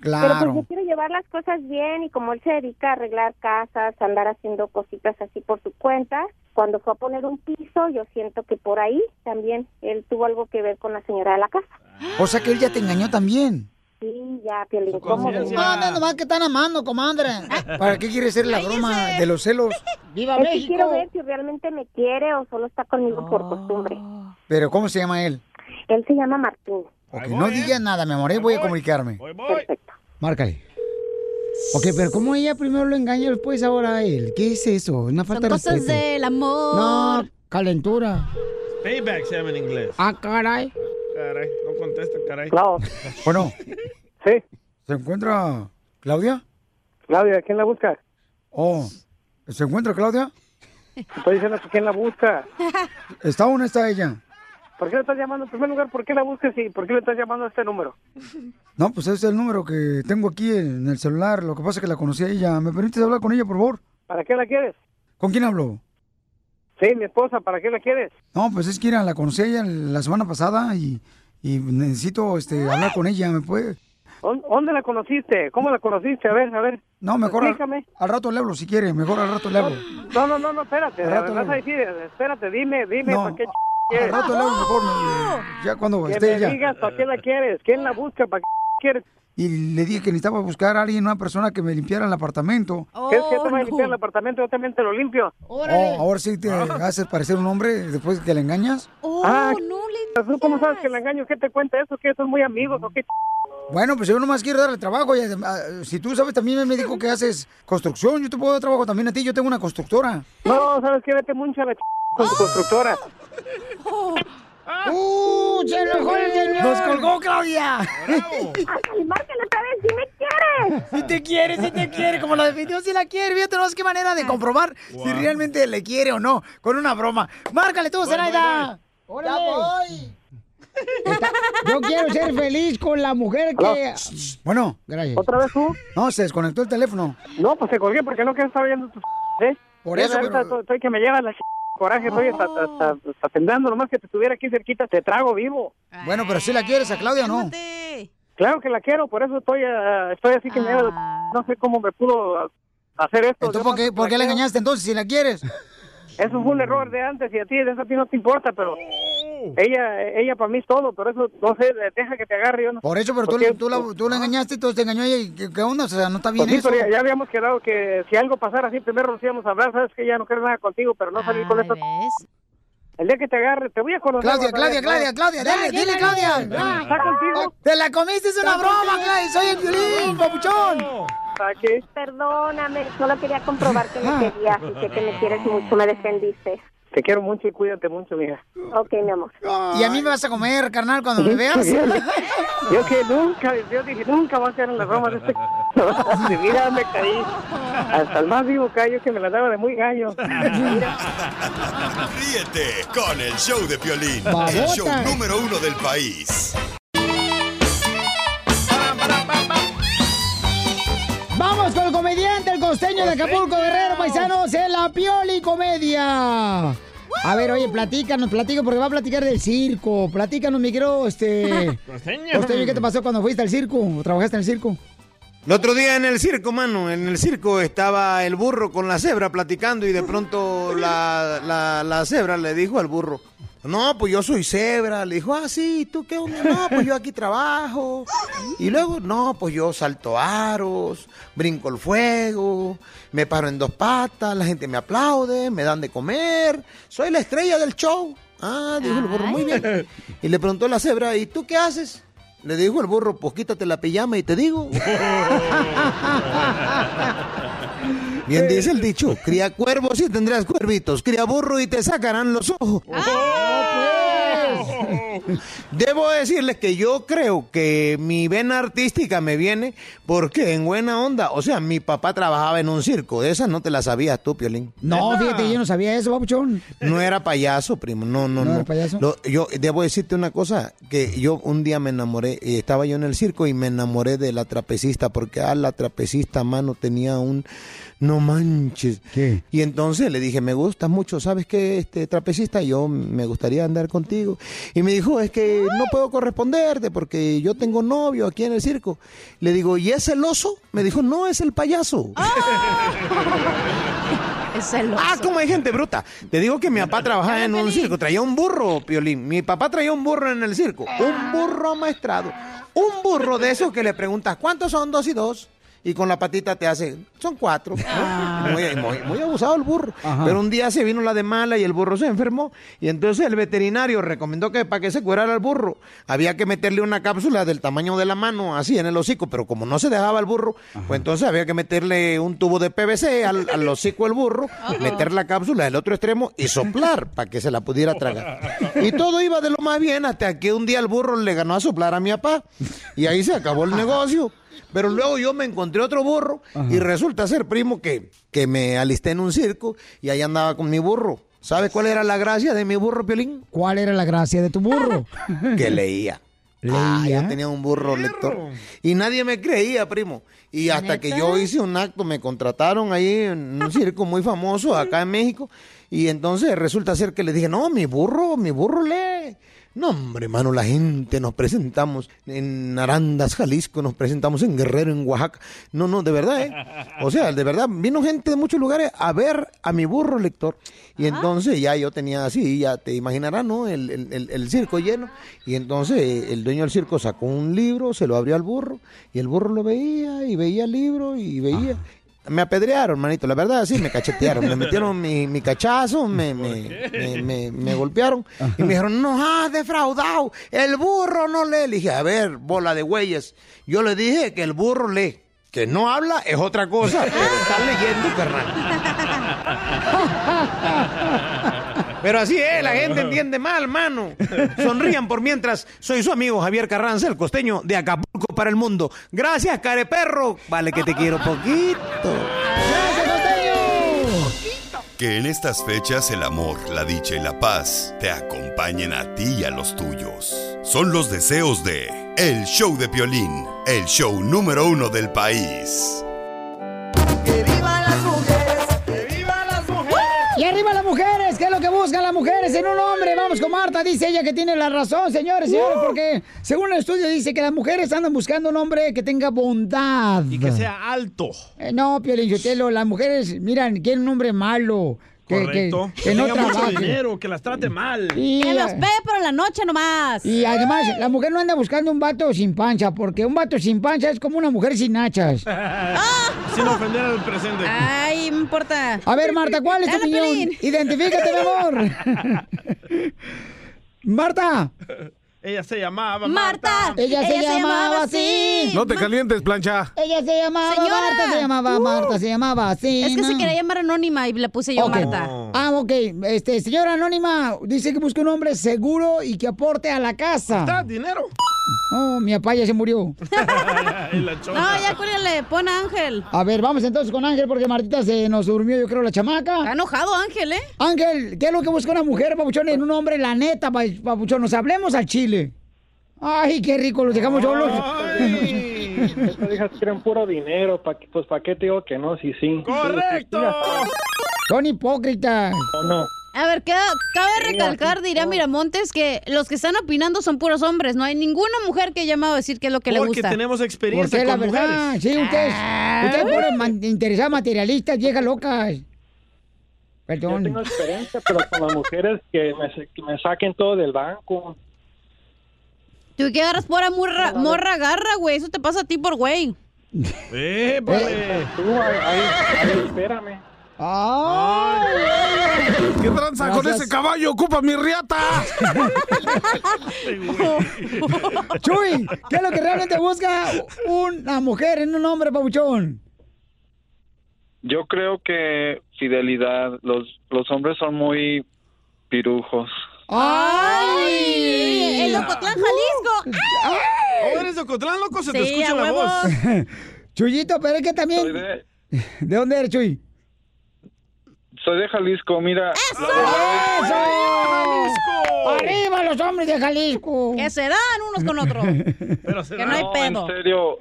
Pero pues yo
Claro.
quiero llevar las cosas bien y como él se dedica a arreglar casas, a andar haciendo cositas así por su cuenta, cuando fue a poner un piso, yo siento que por ahí también él tuvo algo que ver con la señora de la casa.
O sea que él ya te engañó también.
Sí, ya, Piolín, ¿cómo ves?
No, no, nomás que están amando,
(laughs)
comadre. ¿Para qué quieres hacer la broma de los celos? ¡Viva
Es que
México!
quiero ver si realmente me quiere o solo está conmigo por
Ah.
costumbre.
Pero ¿cómo se llama él?
Él se llama Martín.
Ok, no digas nada, mi amor, eh, voy a comunicarme. Márcale. Ok, pero ¿cómo ella primero lo engaña y después ahora a él? ¿Qué es eso? Una
Son
falta de
cosas
respeto.
del amor.
No, calentura.
Payback se llama en inglés.
Ah, caray.
Caray, no contesta, caray. (laughs)
Bueno.
Sí.
¿Se encuentra Claudia?
Claudia, ¿quién la busca?
Oh, ¿se encuentra Claudia?
Estoy diciendo que quién la busca.
¿Está o no está ella?
¿Por qué la estás llamando? En primer lugar, ¿por qué la buscas y por qué le estás llamando a este número?
No, pues ese es el número que tengo aquí en el celular. Lo que pasa es que la conocí a ella. ¿Me permites hablar con ella, por favor?
¿Para qué la quieres?
¿Con quién hablo?
Sí, mi esposa, ¿para qué la quieres?
No, pues es que mira, la conocí a ella la semana pasada y, y necesito este, hablar con ella. ¿Me puede?
¿Dó- ¿Dónde la conociste? ¿Cómo la conociste? A ver, a ver.
No, mejor al,
Explícame.
al rato le hablo si quiere. Mejor al rato le hablo.
No, no, no, no, espérate.
Al rato
Vas
hablo.
a decir, espérate, dime, dime,
No,
¿para qué ch-
Al
quieres?
rato le hablo mejor. me- Ya cuando
Que
esté
me
ella.
digas para qué la quieres, quién la busca, para qué quieres.
Y le dije que necesitaba buscar a alguien, una persona que me limpiara el apartamento.
¿Quieres que yo te vaya a limpiar el apartamento? Yo también te lo limpio.
Oh, ahora sí te haces parecer un hombre después que le engañas.
ah, ¿Tú cómo sabes que la engaño? ¿Qué te cuenta eso? ¿Que son muy amigos o qué? ch-
Bueno, pues yo nomás quiero darle trabajo. y adem- ah, si tú sabes, también me dijo que haces construcción. Yo te puedo dar trabajo también a ti. Yo tengo una constructora.
No, ¿sabes qué? Vete mucho a la ch... con su constructora.
¡Oh! ¡Uh! ¡Se enojó el señor!
¡Nos colgó,
Claudia! (laughs)
¡Ándale, márcale otra vez! ¡Sí me quieres!
Si te quiere, si te quiere, como la definió, si la quiere. Fíjate, no sé qué manera de comprobar si realmente le quiere o no, con una broma. ¡Márcale tú,
Voy, voy,
Zenaida!
voy.
¡Ya
Órale.
(laughs) voy! Está- Yo quiero ser feliz con la mujer que...
Aló.
Bueno, gracias.
¿Otra vez tú?
No, se desconectó el teléfono.
No, pues se colgué porque no quiero estar viendo tus... ¿eh?
Por
Ya
eso, Oh.
ahorita
pero-
estoy- Estoy que me lleva la... Coraje, estoy hasta, hasta, hasta temblando. Nomás que te estuviera aquí cerquita, te trago vivo.
Bueno, pero si la quieres a Claudia, ¿no?
Claro que la quiero, por eso estoy, ah, estoy así que me- no sé cómo me pudo hacer esto.
Entonces, ¿por qué, por qué la engañaste entonces si la quieres?
Eso fue un error de antes y a ti, de eso a ti no te importa, pero
Oh.
ella ella para mí es todo, por eso no sé, deja que te agarre yo. No
Por eso, pero tú,
Porque-
tú la, tú la engañaste y entonces te engañó ella. ¿Y ¿Qué, qué onda? O sea, no está bien
Pues sí,
eso.
pero ya, ya habíamos quedado que si algo pasara así, primero nos íbamos a hablar, sabes que ya no quiero nada contigo, pero no salir con esto. El día que te agarre, te voy a conocer.
Claudia,
vas a
Claudia,
ver.
Claudia, Claudia,
Ya,
dale,
ya,
dile,
ya,
Claudia.
ya. ¿Está contigo?
Te la comiste, es una
¿Está
broma,
contigo?
Claudia. Soy el violín, papuchón.
qué?
Perdóname, solo quería comprobar que
Ah.
me querías y sé que me quieres mucho, me defendiste.
Te quiero mucho y cuídate mucho, mija.
Ok, mi amor.
Y a mí me vas a comer, carnal, cuando me veas.
Yo que nunca, yo dije, nunca va a ser en las bromas de este... (laughs) c- Mira, me caí. Hasta el más vivo callo que me la daba de muy gallo.
Ríete con el show de Piolín, el
Babota.
show número uno del país.
(laughs) Vamos con el comediante, el costeño de Acapulco, Guerrero, paisanos, en la Pioli Comedia. A ver, oye, platícanos, platícanos, porque va a platicar del circo. Platícanos, mi querido, este...
Costeño.
Costeño, ¿qué te pasó cuando fuiste al circo? ¿O trabajaste en el circo?
El otro día en el circo, mano, en el circo estaba el burro con la cebra platicando y de pronto la, la, la cebra le dijo al burro, no, pues yo soy cebra. Le dijo, ah, sí, ¿tú qué onda? No, pues yo aquí trabajo. Y luego, no, pues yo salto aros, brinco el fuego, me paro en dos patas, la gente me aplaude, me dan de comer, soy la estrella del show. Ah, dijo el burro, muy bien. (laughs) Y le preguntó la cebra, ¿y tú qué haces? Le dijo el burro, pues quítate la pijama y te digo. Bien dice el dicho, cría cuervos y tendrás cuervitos, cría burro y te sacarán los ojos.
¡Ah! Oh, pues.
pues.
Debo decirles que yo creo que mi vena artística me viene porque en buena onda, o sea, mi papá trabajaba en un circo, de esas no te la sabías tú, Piolín.
No, fíjate, yo no sabía eso, papuchón.
No era payaso, primo. No, no, no.
¿No era payaso?
Lo- yo debo decirte una cosa, que yo un día me enamoré, eh, estaba yo en el circo y me enamoré de la trapecista, porque ah, la trapecista, mano, tenía un no manches. Y entonces le dije, me gustas mucho, ¿sabes qué, este trapecista? Yo me gustaría andar contigo. Y me dijo, es que no puedo corresponderte porque yo tengo novio aquí en el circo. Le digo, ¿y es el oso? Me dijo, no, es el payaso. Ah, como hay gente bruta. Te digo que mi papá trabajaba en un circo, traía un burro, Piolín. Mi papá traía un burro en el circo, un burro maestrado. Un burro de esos que le preguntas, ¿cuántos son dos y dos? Y con la patita te hace, son cuatro. Muy, muy- muy abusado el burro. Pero un día se vino la de mala y el burro se enfermó. Y entonces el veterinario recomendó que para que se curara el burro, había que meterle una cápsula del tamaño de la mano, así en el hocico. Pero como no se dejaba el burro, pues entonces había que meterle un tubo de PVC al, al hocico del burro, meter la cápsula del otro extremo y soplar para que se la pudiera tragar. Y todo iba de lo más bien hasta que un día el burro le ganó a soplar a mi papá. Y ahí se acabó el negocio. Pero luego yo me encontré otro burro y resulta ser primo que, que me alisté en un circo y ahí andaba con mi burro. ¿Sabes cuál era la gracia de mi burro, Piolín?
¿Cuál era la gracia de tu burro?
Que leía. Ah, yo tenía un burro lector. Y nadie me creía, primo. Y hasta que yo hice un acto, me contrataron ahí en un circo muy famoso acá en México. Y entonces resulta ser que le dije, no, mi burro, mi burro lee. No, hombre, mano, la gente nos presentamos en Arandas, Jalisco, nos presentamos en Guerrero, en Oaxaca. No, no, de verdad, ¿eh? O sea, de verdad, vino gente de muchos lugares a ver a mi burro lector. Y entonces ya yo tenía así, ya te imaginarás, ¿no? El, el- el- el circo lleno. Y entonces eh, el dueño del circo sacó un libro, se lo abrió al burro, y el burro lo veía, y veía el libro, y veía. Me apedrearon, manito, la verdad, sí, me cachetearon. Me metieron mi, mi cachazo, me, me- me- me- me golpearon. Y me dijeron, nos has defraudado, el burro no lee. Le dije, a ver, bola de güeyes, yo le dije que el burro lee. Que no habla es otra cosa, pero está leyendo, carnal. Pero así es, la gente entiende mal, mano. Sonrían por mientras. Soy su amigo Javier Carranza, el costeño de Acapulco para el mundo. Gracias, careperro. Vale que te quiero poquito.
Que en estas fechas el amor, la dicha y la paz te acompañen a ti y a los tuyos. Son los deseos de El Show de Piolín, el show número uno del país.
Y arriba las mujeres, ¿qué es lo que buscan las mujeres en un hombre? Vamos con Marta, dice ella que tiene la razón, señores, señores, porque según el estudio dice que las mujeres andan buscando un hombre que tenga bondad.
Y que sea alto.
Eh, no, Piolín Sotelo, las mujeres, miran, quieren un hombre malo. Que, que-
Correcto.
que
Que,
no
tenga mucho
trabaje.
dinero, que las trate mal.
Que los ve, pero en la noche nomás.
Y además, la mujer no anda buscando un vato sin pancha, porque un vato sin pancha es como una mujer sin hachas.
(laughs) Sin ofender al presente.
Ay, me importa.
A ver, Marta, ¿cuál es tu
Dale,
opinión?
Pelín.
Identifícate, mi amor. Marta.
Ella se llamaba
Marta,
Marta.
ella se Ella se llamaba llamaba así. así.
No te
(laughs)
calientes,
(laughs)
plancha.
Ella se llamaba
Señora.
Marta, se llamaba
Uh.
Marta, se llamaba así.
Es que se quería llamar anónima y le puse yo
Ok.
Marta.
Ah, ok. Este, señora Anónima, dice que busca un hombre seguro y que aporte a la casa.
Está,
dinero.
Oh, mi papá ya se murió.
(laughs) (laughs) No, ya cuélgale, pon a Ángel.
A ver, vamos entonces con Ángel porque Martita se nos durmió, yo creo, la chamaca. Está
enojado Ángel, ¿eh?
Ángel, ¿qué es lo que busca una mujer, papuchón, en un hombre? La neta, pa- papuchón, nos hablemos al chile. Ay, qué rico, los dejamos solos.
Estas hijas quieren puro dinero, pa que- pues ¿para qué te digo que no? Sí, sí.
¡Correcto!
Son hipócritas.
¿O no?
A ver, queda- cabe recalcar, dirá Miramontes, que los que están opinando son puros hombres. No hay ninguna mujer que haya llamado a decir qué es lo que le
Porque
gusta.
tenemos experiencia
Porque la
con
verdad,
mujeres.
sí, ustedes,
Ah.
ustedes puras man- interesadas materialistas, viejas locas.
Yo
Perdón.
tengo experiencia, pero con las mujeres que me, sa- que me saquen todo del banco.
Tú que agarras pura morra, morra garra, güey. Eso te pasa a ti por güey.
¡Eh, vale!
Tú, ahí, ahí, ahí, espérame.
¿Qué tranza con
Gracias.
ese caballo? ¡Ocupa mi riata!
(laughs) Chuy, ¿qué es lo que realmente busca una mujer en un hombre, papuchón?
Yo creo que fidelidad. Los, los hombres son muy pirujos.
¡Ay!
¡El Ocotlán,
Uh,
Jalisco!
¿O eres de Ocotlán, loco? Se te
Sí,
escucha
a
la
huevo.
voz.
(laughs) Chuyito, pero es que también...
de-
¿De dónde eres, Chuy?
Soy de Jalisco, mira.
¡Arriba los hombres de Jalisco!
Que se dan unos con otros. que no hay pedo.
En serio,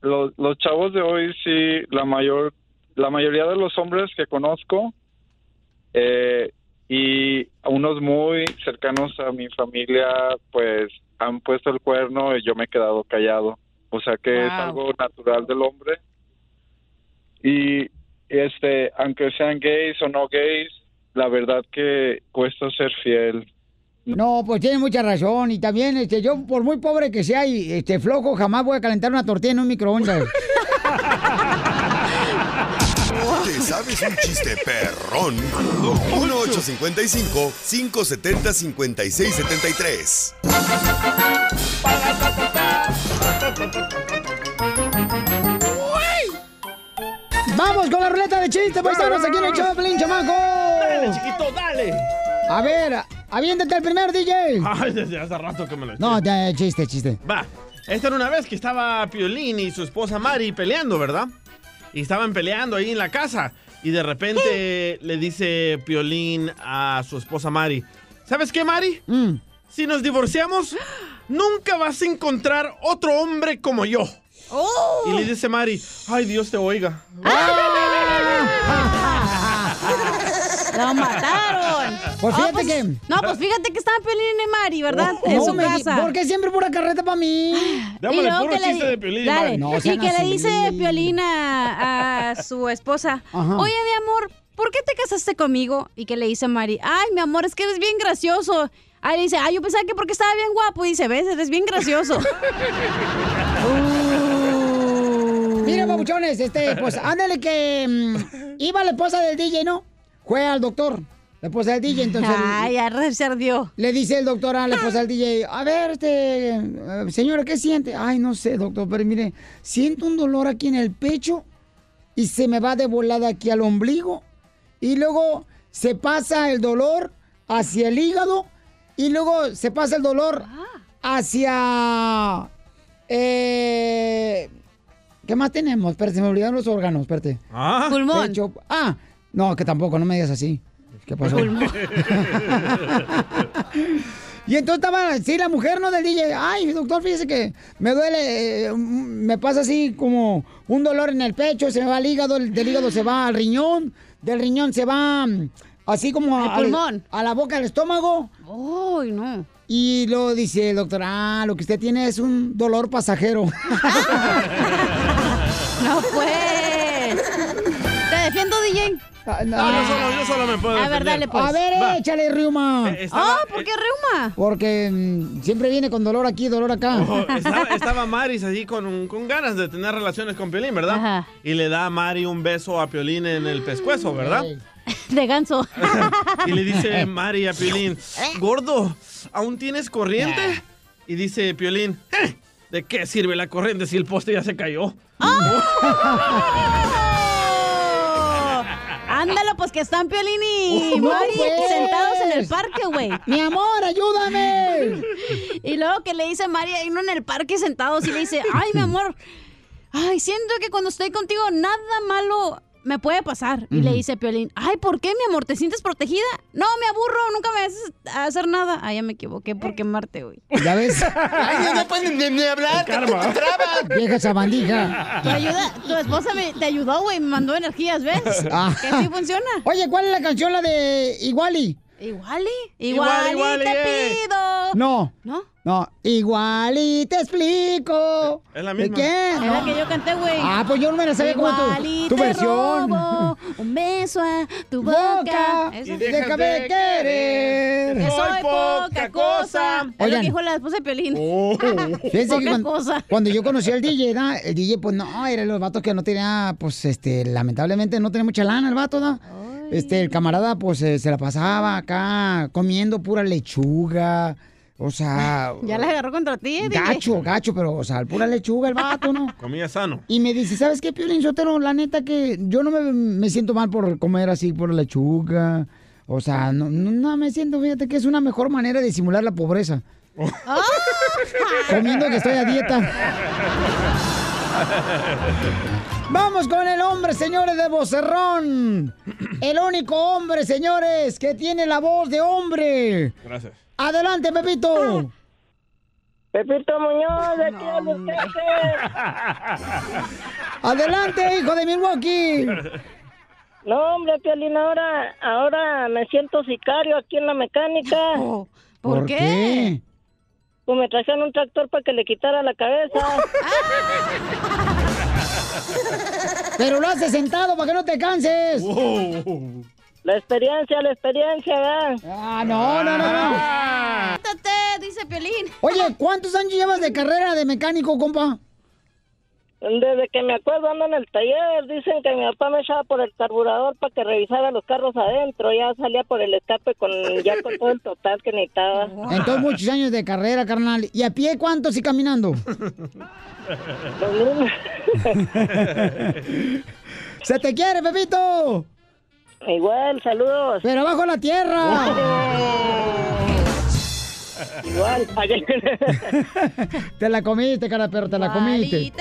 los, los chavos de hoy sí, la mayor, la mayoría de los hombres que conozco eh, y unos muy cercanos a mi familia, pues han puesto el cuerno y yo me he quedado callado. O sea que es
Wow.
algo natural del hombre. Y este, aunque sean gays o no gays, la verdad que cuesta ser fiel.
No, pues tiene mucha razón. Y también, este, yo, por muy pobre que sea y este, flojo, jamás voy a calentar una tortilla en un microondas.
(laughs)
¿Te sabes un chiste perrón? 1-855-570-5673.
¡Vamos con la ruleta de chistes, paisanos! Aquí en el show, de Pelín, chamaco.
Dale, chiquito, dale.
A ver, aviéntate el primer, DJ.
(laughs) Ay, desde hace rato que me lo eché.
No, ya, chiste, chiste.
Va. Esta era una vez que estaba Piolín y su esposa Mari peleando, ¿verdad? Y estaban peleando ahí en la casa. Y de repente le dice Piolín a su esposa Mari: ¿Sabes qué, Mari?
Mm.
Si nos divorciamos, nunca vas a encontrar otro hombre como yo. Y le dice Mari: Ay, Dios te oiga.
Ah.
¡Ah!
(laughs) ¡Lo mataron!
Pues
Ah,
fíjate
pues-
que- Oh,
No, pues fíjate que estaban Pelín y Mari, ¿verdad?
No,
en su
me-
casa.
¿Por qué siempre pura carreta para
(gasps)
mí?
Y luego que le- dale. y que le dice Piolín a, a su esposa,
Ajá.
oye, mi amor, ¿por qué te casaste conmigo? Y que le dice Mari, ay, mi amor, es que eres bien gracioso. Ahí dice, ay, yo pensaba que porque estaba bien guapo. Y dice, ves, eres bien gracioso.
(laughs) Mira, babuchones, este,
(laughs)
pues ándale que mm, iba la esposa del DJ, ¿no? Fue al doctor, la esposa del DJ, entonces.
Ay, ya se ardió.
Le dice el doctor a la esposa del DJ, a ver, este, eh, señora, ¿qué siente? Ay, no sé, doctor, pero mire, siento un dolor aquí en el pecho y se me va de volada aquí al ombligo. Y luego se pasa el dolor hacia el hígado y luego se pasa el dolor hacia... eh, ¿Qué más tenemos? Espérate, se me olvidaron los órganos, espérate.
Ah.
Pulmón. ah, no, que tampoco, no me digas así. ¿Qué pasó? Y entonces estaba, sí, la mujer, ¿no? Del DJ, ay, doctor, fíjese que me duele, eh, me pasa así como un dolor en el pecho, se me va al hígado, el- del hígado se va al riñón, del riñón se va mm, así como
Al
al-
pulmón.
a la boca, al estómago. Uy, no. Y luego dice el doctor, ah, lo que usted tiene es un
(laughs)
dolor pasajero.
No pues. Te defiendo, DJ.
No, Ah, yo solo, yo solo me puedo
A ver,
defender.
dale, pues.
Ah,
Ah,
A ver,
Va.
échale, Riuma.
Eh, estaba-
¿Por qué reuma?
Porque mm, siempre viene con dolor aquí, dolor acá.
Oh, Estaba, estaba Maris allí con, un- con ganas de tener relaciones con Piolín, ¿verdad?
Ajá.
Y le da a Mari un beso a Piolín en el pescuezo, ¿verdad?
De ganso.
Y le dice Mari a Piolín, gordo, ¿aún tienes corriente? Y dice Piolín, "Eh, ¿de qué sirve la corriente si el poste ya se cayó?
Ah. Ándalo, pues que están Piolín y
No,
Mari
pues.
sentados en el parque, güey.
Mi amor, ayúdame.
(laughs) Y luego que le dice a Mari, hay uno en el parque sentados y le dice, ay, mi amor, ay, siento que cuando estoy contigo nada malo me puede pasar. Y le
Ujú.
dice Piolín, ay, ¿por qué, mi amor? ¿Te sientes protegida? No, me aburro, nunca me haces hacer nada. Ay, ya me equivoqué por quemarte, güey.
(laughs)
¿Ya ves?
Ay, no
pueden ni, hablar,
te, (laughs) trabas.
Vieja sabandija.
Tu, ayuda, tu esposa me, te ayudó, güey, me mandó energías, ¿ves?
Ah.
Que sí funciona.
Oye, ¿cuál es la canción, la de Iguali?
Igual y, igual,
Igual, igual y,
y te
eh.
pido.
No.
¿No?
No, igual y te explico.
Es la
¿De
misma.
qué?
Es la
No.
que yo canté, güey.
Ah, pues yo no me la sabía como tú.
Igual y
Tu
te
versión.
robo un beso a tu boca. Esa.
y déjame de querer.
Que soy poca cosa. Es lo
Oigan.
que
Oh.
dijo la esposa de Piolín.
Fíjense
(laughs)
que
poca
cuando,
cosa.
cuando yo conocí al DJ, ¿no? el DJ, pues no, era los vatos que no tenía, pues, este, lamentablemente no tenía mucha lana el vato, ¿no? Este, el camarada, pues, eh, se la pasaba acá comiendo pura lechuga. O sea.
(laughs) Ya la agarró contra ti, eh, DJ.
Gacho, gacho, pero, o sea, pura lechuga el vato, ¿no?
Comía sano.
Y me dice, ¿sabes qué, Piolín Sotelo? La neta que yo no me, me siento mal por comer así, por lechuga. O sea, no, no, no me siento, fíjate que es una mejor manera de simular la pobreza. Ah. Comiendo que estoy a dieta. Vamos con el hombre, señores, de vocerrón. El único hombre, señores, que tiene la voz de hombre.
Gracias.
Adelante, Pepito.
Pepito Muñoz, de aquí de
Adelante, hijo de Milwaukee.
No, hombre, Piolín, ahora, ahora me siento sicario aquí en la mecánica.
¿por ¿Por qué? qué?
Pues me trajeron un tractor para que le quitara la cabeza.
(laughs) Pero lo haces sentado para que no te canses.
La experiencia, la experiencia, ¿verdad? Ah.
Ah, no, no, no, no.
Quítate, dice Piolín.
Oye, ¿cuántos años llevas de carrera de mecánico, compa?
Desde que me acuerdo ando en el taller, dicen que mi papá me echaba por el carburador para que revisara los carros adentro, ya salía por el escape con ya con todo el total que necesitaba.
Entonces, muchos años de carrera, carnal. ¿Y a pie cuántos y
(laughs)
caminando? ¡Se te quiere, Pepito!
Igual, saludos. Oh.
¡Pero abajo la tierra!
Igual,
(laughs)
(laughs)
Te la comiste, cara, pero te la comiste.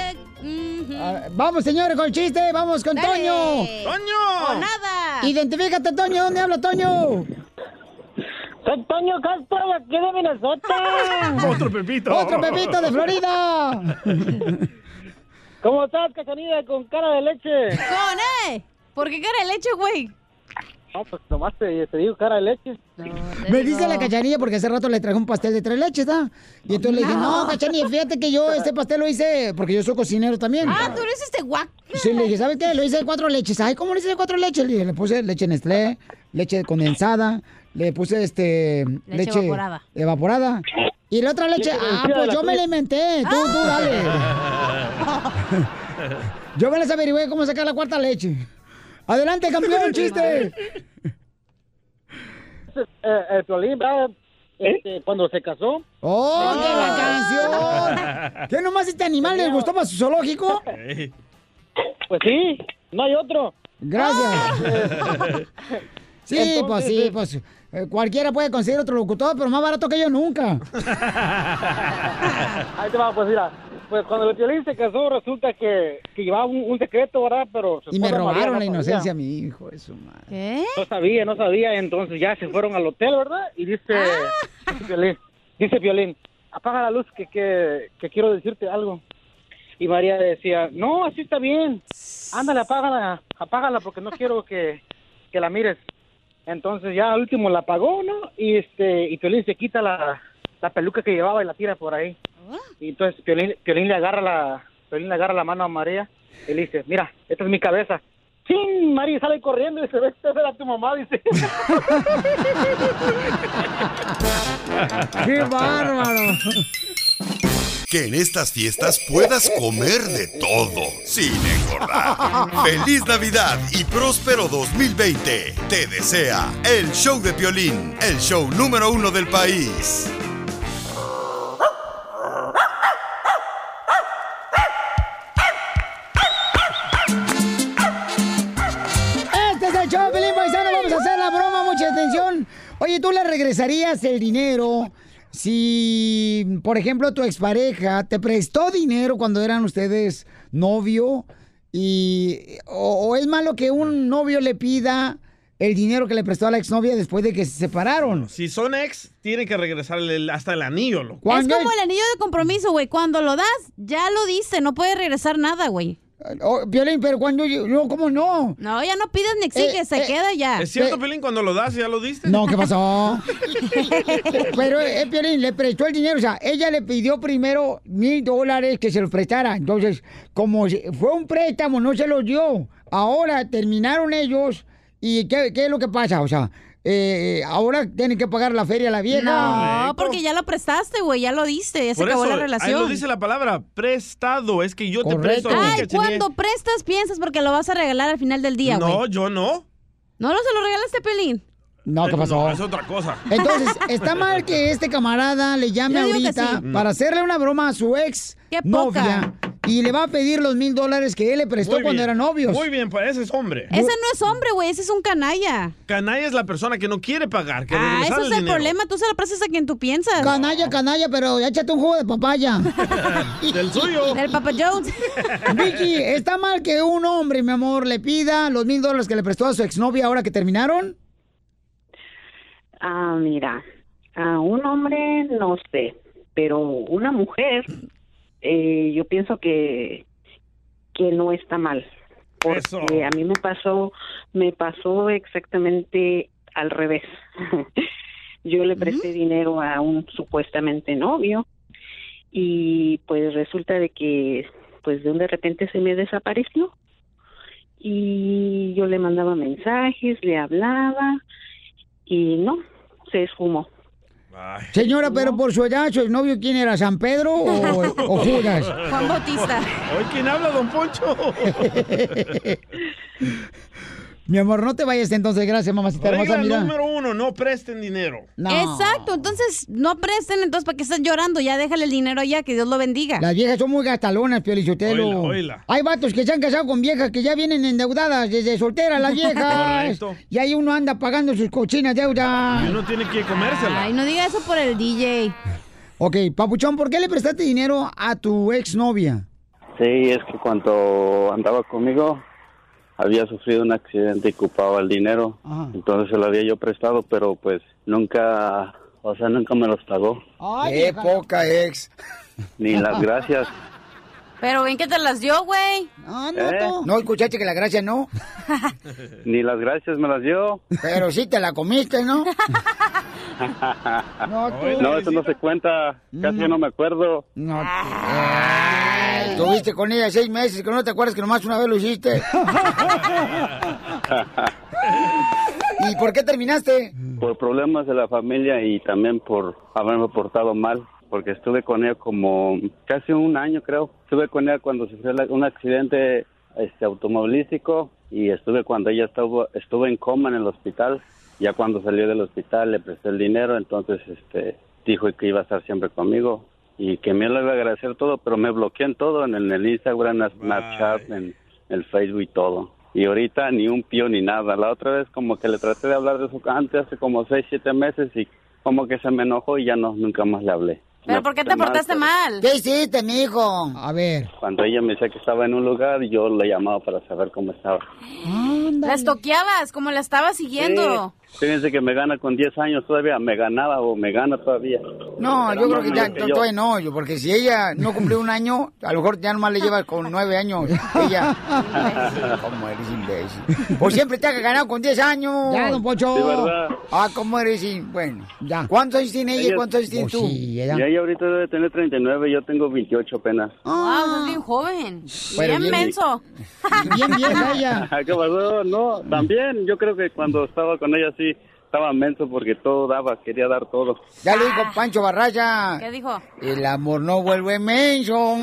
Ah, Vamos, señores, con el chiste. Vamos con
Dale.
Toño.
¡Toño! ¡O nada!
Identifícate, Toño. ¿Dónde habla, Toño?
Soy Toño Castro, de aquí de Minnesota.
Otro Pepito.
Otro Pepito de Florida.
¿Cómo estás, Cachanilla, con cara de leche?
¡Con eh! ¿Por qué cara de leche, güey?
No, pues nomás
eh,
te, te digo cara de leche.
Me dice la cachanilla porque hace rato le traje un pastel de tres leches, ¿ah? Y entonces le dije, no, cachanilla, fíjate que yo este pastel lo hice porque yo soy cocinero también.
Ah, tú eres este guac.
Sí, le dije, ¿sabes qué? Lo hice de cuatro leches. Ay, ¿cómo lo hice de cuatro leches? Le, dije, le puse leche Nestlé, leche condensada, le puse este...
Leche evaporada.
Evaporada. Y la otra
Leche
leche, ah,
condensada,
pues
la
yo me
tuya.
la inventé. Tú, tú,
Ah.
dale. Yo me las averigüé cómo sacar la cuarta leche.
(laughs)
Adelante,
(laughs)
campeón, chiste.
eh, eh, Piolín, ¿verdad? Este, Cuando se casó.
¡Oh,
No.
qué la
(laughs)
canción! ¿Qué nomás este animal le gustó para su zoológico?
Pues sí, no hay otro.
Ah.
Gracias. (laughs) Sí, pues sí, pues eh, cualquiera puede conseguir otro locutor, pero más barato que yo nunca.
Ahí te va, pues mira. Pues cuando el violín se casó, resulta que, que llevaba un, un secreto, ¿verdad? Pero su
Y me
esposa María
robaron
no
la
sabía.
inocencia a mi hijo, eso, madre.
No sabía, no sabía. Entonces ya se fueron al hotel, ¿verdad? Y dice, dice Piolín, dice Piolín, apaga la luz que, que, que quiero decirte algo. Y María decía, no, así está bien. Ándale, apágala, apágala porque no quiero que, que la mires. Entonces ya al último la apagó, ¿no? Y este y Piolín se quita la, la peluca que llevaba y la tira por ahí.
Ah.
Y entonces Piolín, Piolín le agarra la Piolín le agarra la mano a María y le dice, mira, esta es mi cabeza. ¡Chin! María sale corriendo y dice, vete a ver a tu mamá,
(laughs)
dice.
¡Qué bárbaro!
Que en estas fiestas puedas comer de todo, sin engordar. Feliz Navidad y próspero 2020. Te desea el show de Piolín, el show número uno del país.
Este es el show, Pelín Paisano. Vamos a hacer la broma, mucha atención. Oye, ¿tú le regresarías el dinero si, por ejemplo, tu expareja te prestó dinero cuando eran ustedes novio? Y, o, o es malo que un novio le pida el dinero que le prestó a la exnovia después de que se separaron?
Si son ex, tienen que regresar el- hasta el anillo, loco.
Es como el anillo de compromiso, güey. Cuando lo das, ya lo diste. No puedes regresar nada, güey.
Violín, Eh, oh, pero cuando yo, no, ¿cómo no?
No, ya no pides ni exiges, se queda ya.
¿Es cierto, Pelín, cuando lo das ya lo diste?
Eh, No, ¿qué pasó? Pero eh, Piolín le prestó el dinero, o sea, ella le pidió primero mil dólares que se los prestara. Entonces, como se- fue un préstamo, no se los dio. Ahora terminaron ellos y ¿qué, qué es lo que pasa? O sea, eh, ahora tienen que pagar la feria a la vieja.
No, porque ya lo prestaste, güey. Ya lo diste. (laughs) Ya se
Por
acabó
eso, Ahí
la relación.
lo dice la palabra, prestado. Es que yo te presto. a ti,
Ay,
cachanilla.
cuando prestas, piensas porque lo vas a regalar al final del día, güey.
No, yo no. Eh,
¿No lo se lo regalaste, Pelín?
No, ¿qué pasó?
es otra cosa.
Entonces,
(laughs)
(laughs)
está mal que este camarada le llame
Yo digo que
ahorita
sí.
para hacerle una broma a su ex
Qué poca.
novia y le va a pedir los mil dólares que él le prestó
Muy
cuando
bien.
eran novios.
Muy bien, pues ese es hombre.
Ese no es hombre, güey. Ese es un canalla.
Canalla es la persona que no quiere pagar, que
Ah,
regresar el
ese es el
dinero.
problema. Tú se lo prestas a quien tú piensas.
Canalla, canalla, pero échate un jugo de papaya.
(laughs) Del suyo.
Del Papa Jones.
(laughs) Vicky, ¿está mal que un hombre, mi amor, le pida los mil dólares que le prestó a su exnovia ahora que terminaron?
Ah, mira, a un hombre no sé, pero una mujer, eh, yo pienso que que no está mal, porque a mí me pasó me pasó exactamente al revés. (laughs) yo le presté dinero a un supuestamente novio y pues resulta de que pues de un de repente se me desapareció y yo le mandaba mensajes, le hablaba y no, se esfumó.
Señora, pero por su edad, ¿su exnovio quién era? ¿San Pedro
(laughs)
o, o (laughs) Judas?
Juan Bautista.
Hoy quién habla, don Poncho.
(laughs) mi amor, no te vayas entonces, gracias, mamacita hermosa,
Regla
mira.
número uno, no presten dinero.
Exacto, entonces no presten, entonces para qué estás llorando, ya déjale el dinero allá, que Dios lo bendiga.
Las viejas son muy gastalonas, Piolichotelo.
Oíla, oíla.
Hay vatos que se han casado con viejas que ya vienen endeudadas desde solteras las viejas.
(laughs) Correcto.
Y ahí uno anda pagando sus cochinas deudas.
Y uno tiene que comérsela.
Ay, no diga eso por el DJ.
Ok, Papuchón, ¿por qué le prestaste dinero a tu exnovia?
Sí, es que cuando andaba conmigo había sufrido un accidente y ocupaba el dinero.
Ajá.
Entonces se lo había yo prestado, pero pues nunca, o sea, nunca me los pagó. Eh,
Qué
poca ex.
(laughs)
Ni las gracias.
Pero ven que te las dio, güey.
No,
no, ¿Eh? tú.
No escuchaste que la gracia no,
Ni las gracias me las dio.
pero sí te la comiste, ¿no?
(laughs)
No, tú.
no, eso no se cuenta. Casi no me acuerdo.
No. Estuviste con ella seis meses, que no te acuerdas que nomás una vez lo hiciste. ¿Y por qué terminaste?
(laughs) por problemas de la familia y también por haberme portado mal, porque estuve con ella como casi un año, creo. Estuve con ella cuando sufrió la- un accidente este, automovilístico y estuve cuando ella estuvo, estuvo en coma en el hospital. Ya cuando salió del hospital le presté el dinero, entonces este, dijo que iba a estar siempre conmigo y que me lo iba a agradecer todo, pero me bloqueó en todo, en el, en el Instagram, en Snapchat, en el Facebook y todo. Y ahorita ni un pío ni nada. La otra vez como que le traté de hablar de eso antes, hace como seis, siete meses y como que se me enojó y ya no, nunca más le hablé.
¿Pero
Me
por qué te
porté mal,
portaste mal?
¿Qué hiciste, mijo? A ver.
Cuando ella me decía que estaba en un lugar, yo la llamaba para saber cómo estaba.
Las toqueabas, como la estabas siguiendo.
Fíjense que me gana con 10 años todavía, me ganaba o me gana
(laughs)
todavía.
No,
Pero
yo creo
no,
que
no,
ya
que yo-
todavía no, yo, porque si ella no cumplió un año, a lo mejor ya nomás le lleva con nueve años.
(laughs)
Ella. ¿Cómo eres imbécil? O siempre te ha ganado con diez años.
Ya, don Poncho.
De verdad.
Ah, ¿cómo eres? im- Bueno, ya. ¿Cuántos años tiene ella y
Ella-
cuántos años
Oh,
tienes tú?
Y ella ahorita debe tener 39, yo tengo 28 apenas.
Ah.
Wow, estás bien joven.
Pero
bien
bien-
menso.
Bien vieja ella.
(laughs) ¿Qué pasó? No, también, yo creo que cuando estaba con ella sí, estaba menso porque todo daba, quería dar todo.
Ya lo dijo Pancho Barraya.
¿Qué dijo?
El amor no vuelve menso.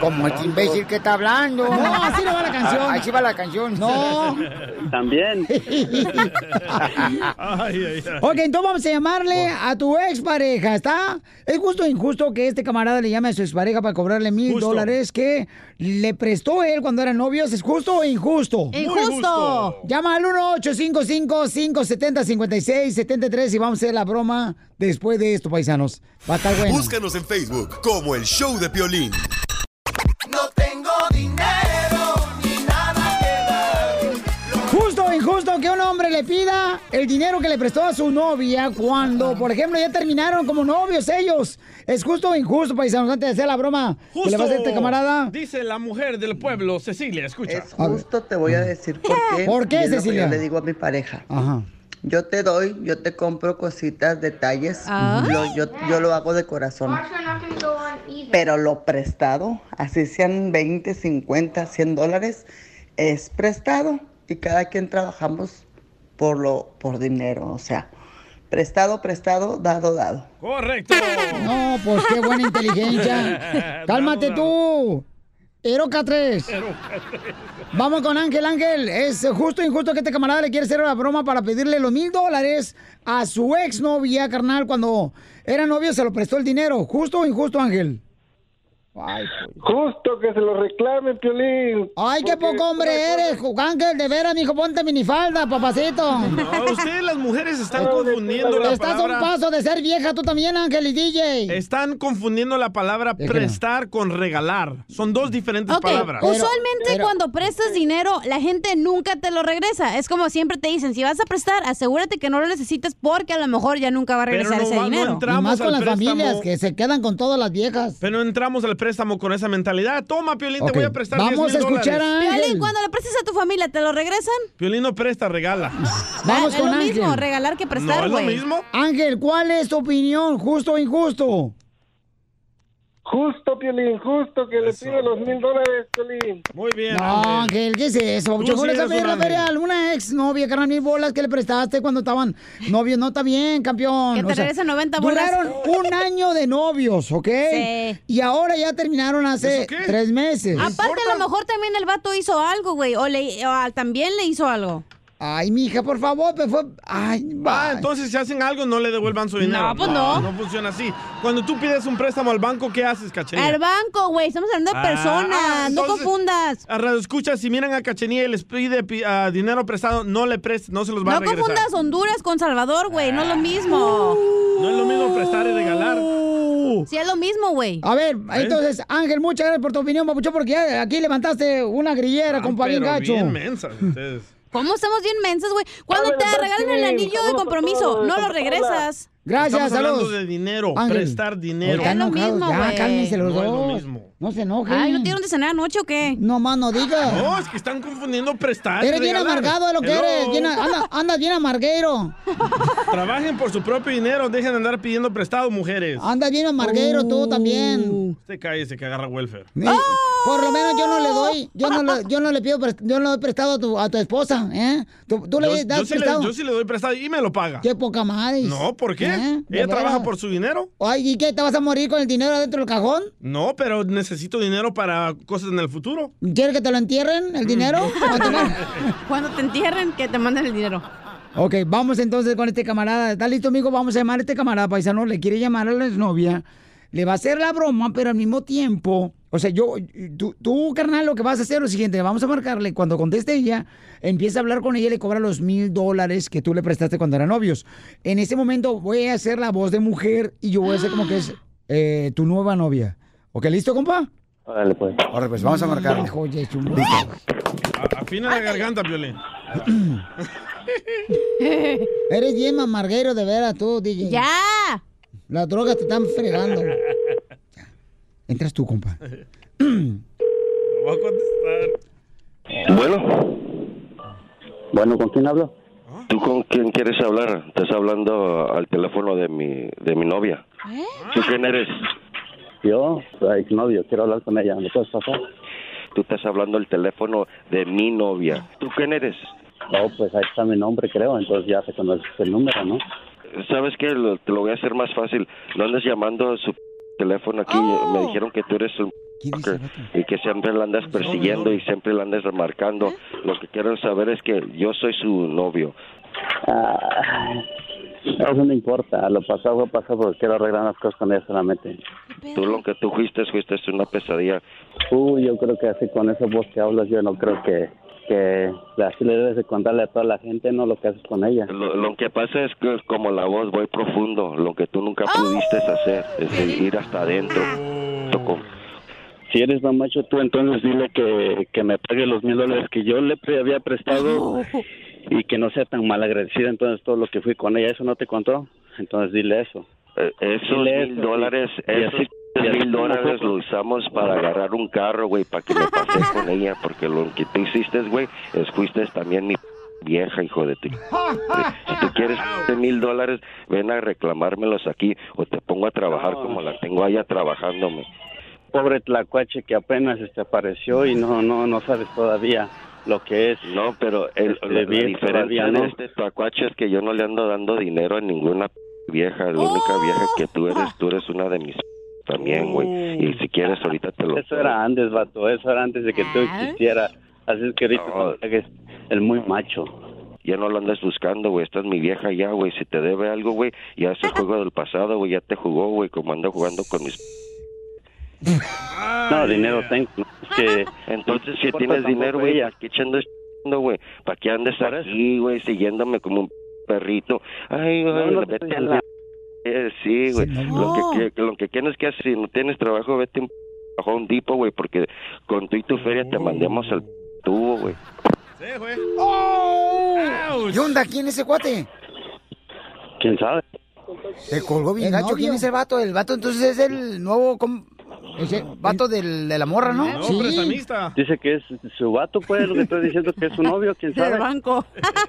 Como este imbécil que está hablando.
No, así no va la canción.
Ah, Así va la canción. No. (laughs)
También.
(laughs)
Ok, entonces vamos a llamarle a tu expareja, ¿está? Es justo o injusto que este camarada le llame a su expareja para cobrarle mil
Justo.
dólares que le prestó él cuando eran novios. ¿Es justo o injusto?
Muy Injusto. justo.
Llama al 1-855-570-5673 y vamos a hacer la broma después de esto, paisanos. Va a estar bueno.
Búscanos en Facebook como El Show de Piolín.
No tengo dinero ni nada que dar.
Justo o injusto que un hombre le pida el dinero que le prestó a su novia cuando, por ejemplo, ya terminaron como novios ellos. ¿Es justo o injusto, paisanos? Antes de hacer la broma que le va a hacer este camarada.
Dice la mujer del pueblo, Cecilia, escucha.
Es justo, te voy a decir por qué.
Mm. ¿Por qué,
Y es lo que
Cecilia?
Yo le digo a mi pareja.
Ajá.
Yo te doy, yo te compro cositas, detalles.
Ah.
Lo- yo, yo lo hago de corazón. Pero lo prestado, así sean 20, 50, 100 dólares, es prestado. Y cada quien trabajamos por, lo, por dinero. O sea, prestado, prestado, dado, dado.
Correcto.
No, pues qué
(laughs)
buena inteligencia. Cálmate tú. Eroca 3. Vamos con Ángel. Ángel, es justo o injusto que este camarada le quiere hacer la broma para pedirle los mil dólares a su exnovia, carnal, cuando era novio se lo prestó el dinero. ¿Justo o injusto, Ángel?
Justo que se lo reclame, Piolín.
Ay, qué
Porque-
poco hombre eres, Ju- Ángel, de veras, mijo, ponte minifalda, papacito.
No, ustedes las mujeres están confundiendo la
Estás a un
palabra. Eh.
paso de ser vieja tú también, Ángel y DJ.
Están confundiendo la palabra prestar con regalar. Son dos diferentes
Ok,
palabras.
usualmente cuando prestas dinero, la gente nunca te lo regresa. Es como siempre te dicen, si vas a prestar, asegúrate que no lo necesites porque a lo mejor ya nunca va a regresar ese dinero.
Y más con
al
las
préstamo.
familias que se quedan con todas las viejas.
Pero entramos al préstamo con esa mentalidad. Toma, Piolín,
Ok,
te voy a prestar
vamos
10,000
a escuchar
dólares.
a Ángel.
Piolín, cuando le prestas a tu familia, ¿te lo regresan?
Piolín no presta, regala.
Ah, es lo mismo, regalar que prestar,
¿No es
güey.
lo mismo?
Ángel, ¿cuál es tu opinión? ¿Justo o injusto?
Justo, Piolín, justo que le pide los mil dólares, Piolín.
Muy bien.
No, Ángel, ¿qué es eso?
Tú
Yo
sí
le vas a
eres
pedir
un
la
ángel.
feria a alguna ex novia, carnal, mil bolas que le prestaste cuando estaban novios. No está bien, campeón.
Que te
O sea,
regresen 90 bolas.
Duraron un año de novios, ¿ok?
Sí.
Y ahora ya terminaron hace
¿Eso qué?
tres meses.
Aparte, a lo mejor también el vato hizo algo, güey. O, le- o a- también le hizo algo.
Ay, mija, por favor, me fue. Ay,
Ah, entonces si hacen algo, no le devuelvan su dinero.
pues no.
No funciona así. Cuando tú pides un préstamo al banco, ¿qué haces, Cachenía?
Al banco, güey. Estamos hablando de
Ah,
personas.
ah,
no
entonces-
confundas.
A radio escucha, si miran a Cachenía y les pide pi- ah, dinero prestado, no le prestes, no se los va a
No
regresar.
confundas Honduras con Salvador, güey. No es lo mismo.
No es lo mismo prestar y regalar.
Sí, es lo mismo, güey.
A ver, entonces, Ángel, muchas gracias por tu opinión, papucho, porque ya aquí levantaste una grillera, con compa, bien
Pero
gacho.
bien mensas ustedes.
¿Cómo estamos bien mensos, güey? Cuando te regalan el anillo de compromiso, no lo regresas.
Gracias,
Estamos hablando
saludos.
de dinero,
Ángel.
prestar dinero.
Están enojados,
mismo,
ya,
güey.
cálmense los
No es lo
dos.
mismo.
No se enojen.
Ay, ¿no te dieron de cenar anoche o qué?
No, más no digas.
No, es que están confundiendo prestar. y
Eres bien
regalar.
amargado de lo que
Hello.
eres. bien a- anda- andas bien amarguero.
Trabajen por su propio dinero, dejen de andar pidiendo prestado, mujeres.
Andas bien amarguero tú también.
Usted cállese que agarra welfare.
Eh, Por lo menos yo no le doy, yo no, le- yo no le pido, pres- yo no le he prestado a tu, a tu esposa, ¿eh? Tú,
Yo,
tú le das
yo sí le,
prestado.
yo sí le doy prestado y me lo paga.
Qué poca madre.
No, ¿por qué?
¿Eh? De
Ella trabaja
veras.
por su dinero.
Ay, ¿y qué? ¿Te vas a morir con el dinero adentro del cajón?
No, pero necesito dinero para cosas en el futuro. Mm.
¿Quieres que te lo entierren, el dinero? ¿O te van-
(laughs) Cuando te entierren, que te manden el dinero.
Ok, vamos entonces con este camarada. ¿Está listo, amigo? Vamos a llamar a este camarada paisano. Le quiere llamar a la novia. Le va a hacer la broma, pero al mismo tiempo O sea, yo, tú, tú, carnal, lo que vas a hacer es lo siguiente, vamos a marcarle, cuando conteste ella, empieza a hablar con ella y le cobra los mil dólares que tú le prestaste cuando eran novios. En ese momento voy a hacer la voz de mujer y yo voy a hacer como que es eh, tu nueva novia. ¿Ok, listo, compa?
Órale, pues.
Ahora pues, vamos a marcar.
Hijo A- Afina la garganta, Piolín.
Eres bien mamarguero de veras tú, DJ.
¡Ya!
Las drogas te están
(clears throat)
fregando. Entras tú,
(laughs)
compa.
Voy a contestar.
Bueno. Bueno, ¿con quién hablo? ¿Tú con quién quieres hablar? Estás hablando al teléfono de mi, de mi novia. ¿Tú quién eres?
Yo, soy exnovio, quiero hablar con ella. ¿Me puedes pasar?
Tú estás hablando al teléfono de mi novia. ¿Tú quién eres?
No, pues ahí está mi nombre, creo. Entonces ya se conoce el número, ¿no?
¿Sabes qué? Lo- te lo voy a hacer más fácil. No andes llamando a su p- teléfono aquí. Me dijeron que tú eres un...
fucker
Y que siempre la andas persiguiendo y siempre la andas remarcando. Lo que quiero saber es que yo soy su novio.
Ah, eso no importa. Lo pasado fue pasado porque quiero arreglar las cosas con ella solamente.
Tú lo que tú fuiste, fuiste una pesadilla.
Uy, yo creo que así con esa voz que hablas, yo no creo que, que así le debes de contarle a toda la gente, no lo que haces con ella.
Lo, lo que pasa es que como la voz voy profundo, lo que tú nunca pudiste hacer es de ir hasta adentro. Tocó.
Si eres mamacho tú, entonces dile que, que me pague los mil dólares que yo le pre- había prestado y que no sea tan malagradecida. Entonces, todo lo que fui con ella, ¿eso no te contó? Entonces, dile eso.
Eh, Esos
Dile
mil
eso,
dólares,
y- y
esos
así- y así
mil
como
dólares
fue.
lo usamos para agarrar un carro, güey, para que me
(laughs)
pasé con ella, porque lo que tú hiciste, güey, es fuiste también mi vieja, hijo de ti. Si tú quieres de mil dólares, ven a reclamármelos aquí o te pongo a trabajar como la tengo allá trabajándome.
Pobre Tlacuache que apenas este, apareció y no, no, no sabes todavía lo que es.
No, pero el,
Este,
la, la
bien
diferencia
todavía,
de
¿no?
este tacuache es que yo no le ando dando dinero a ninguna p- vieja. La única vieja que tú eres, tú eres una de mis p- también, güey. Y si quieres, ahorita te lo...
Eso era antes, vato. Eso era antes de que
Ah.
tú existieras. Así es que ahorita no te hagas el muy macho.
Ya no lo andas buscando, güey. Esta es mi vieja ya, güey. Si te debe algo, güey, ya es el juego del pasado, güey. Ya te jugó, güey, como ando jugando con mis...
No, dinero tengo. Es que...
Entonces,
No
si
importa
tienes
tampoco
dinero, güey,
ella.
¿para qué echandas güey? ¿Para qué andes aquí, güey, siguiéndome como un perrito? Ay,
No,
güey,
no te
vete
estoy
a la... Eh, sí, güey.
no.
Lo, que, que- lo que tienes que hacer, si no tienes trabajo, vete a un- a un tipo, güey, porque con tú y tu feria te mandemos al tubo, güey.
¡Oh! ¿Qué onda? ¿Quién es ese cuate?
¿Quién sabe?
Se colgó bien gacho. ¿Quién es el vato? El vato entonces es el nuevo... com- es el vato del, de la morra, ¿no?
No, Dice que es su vato, pues, lo que estoy diciendo que es su novio,
(laughs)
quién sabe.
banco.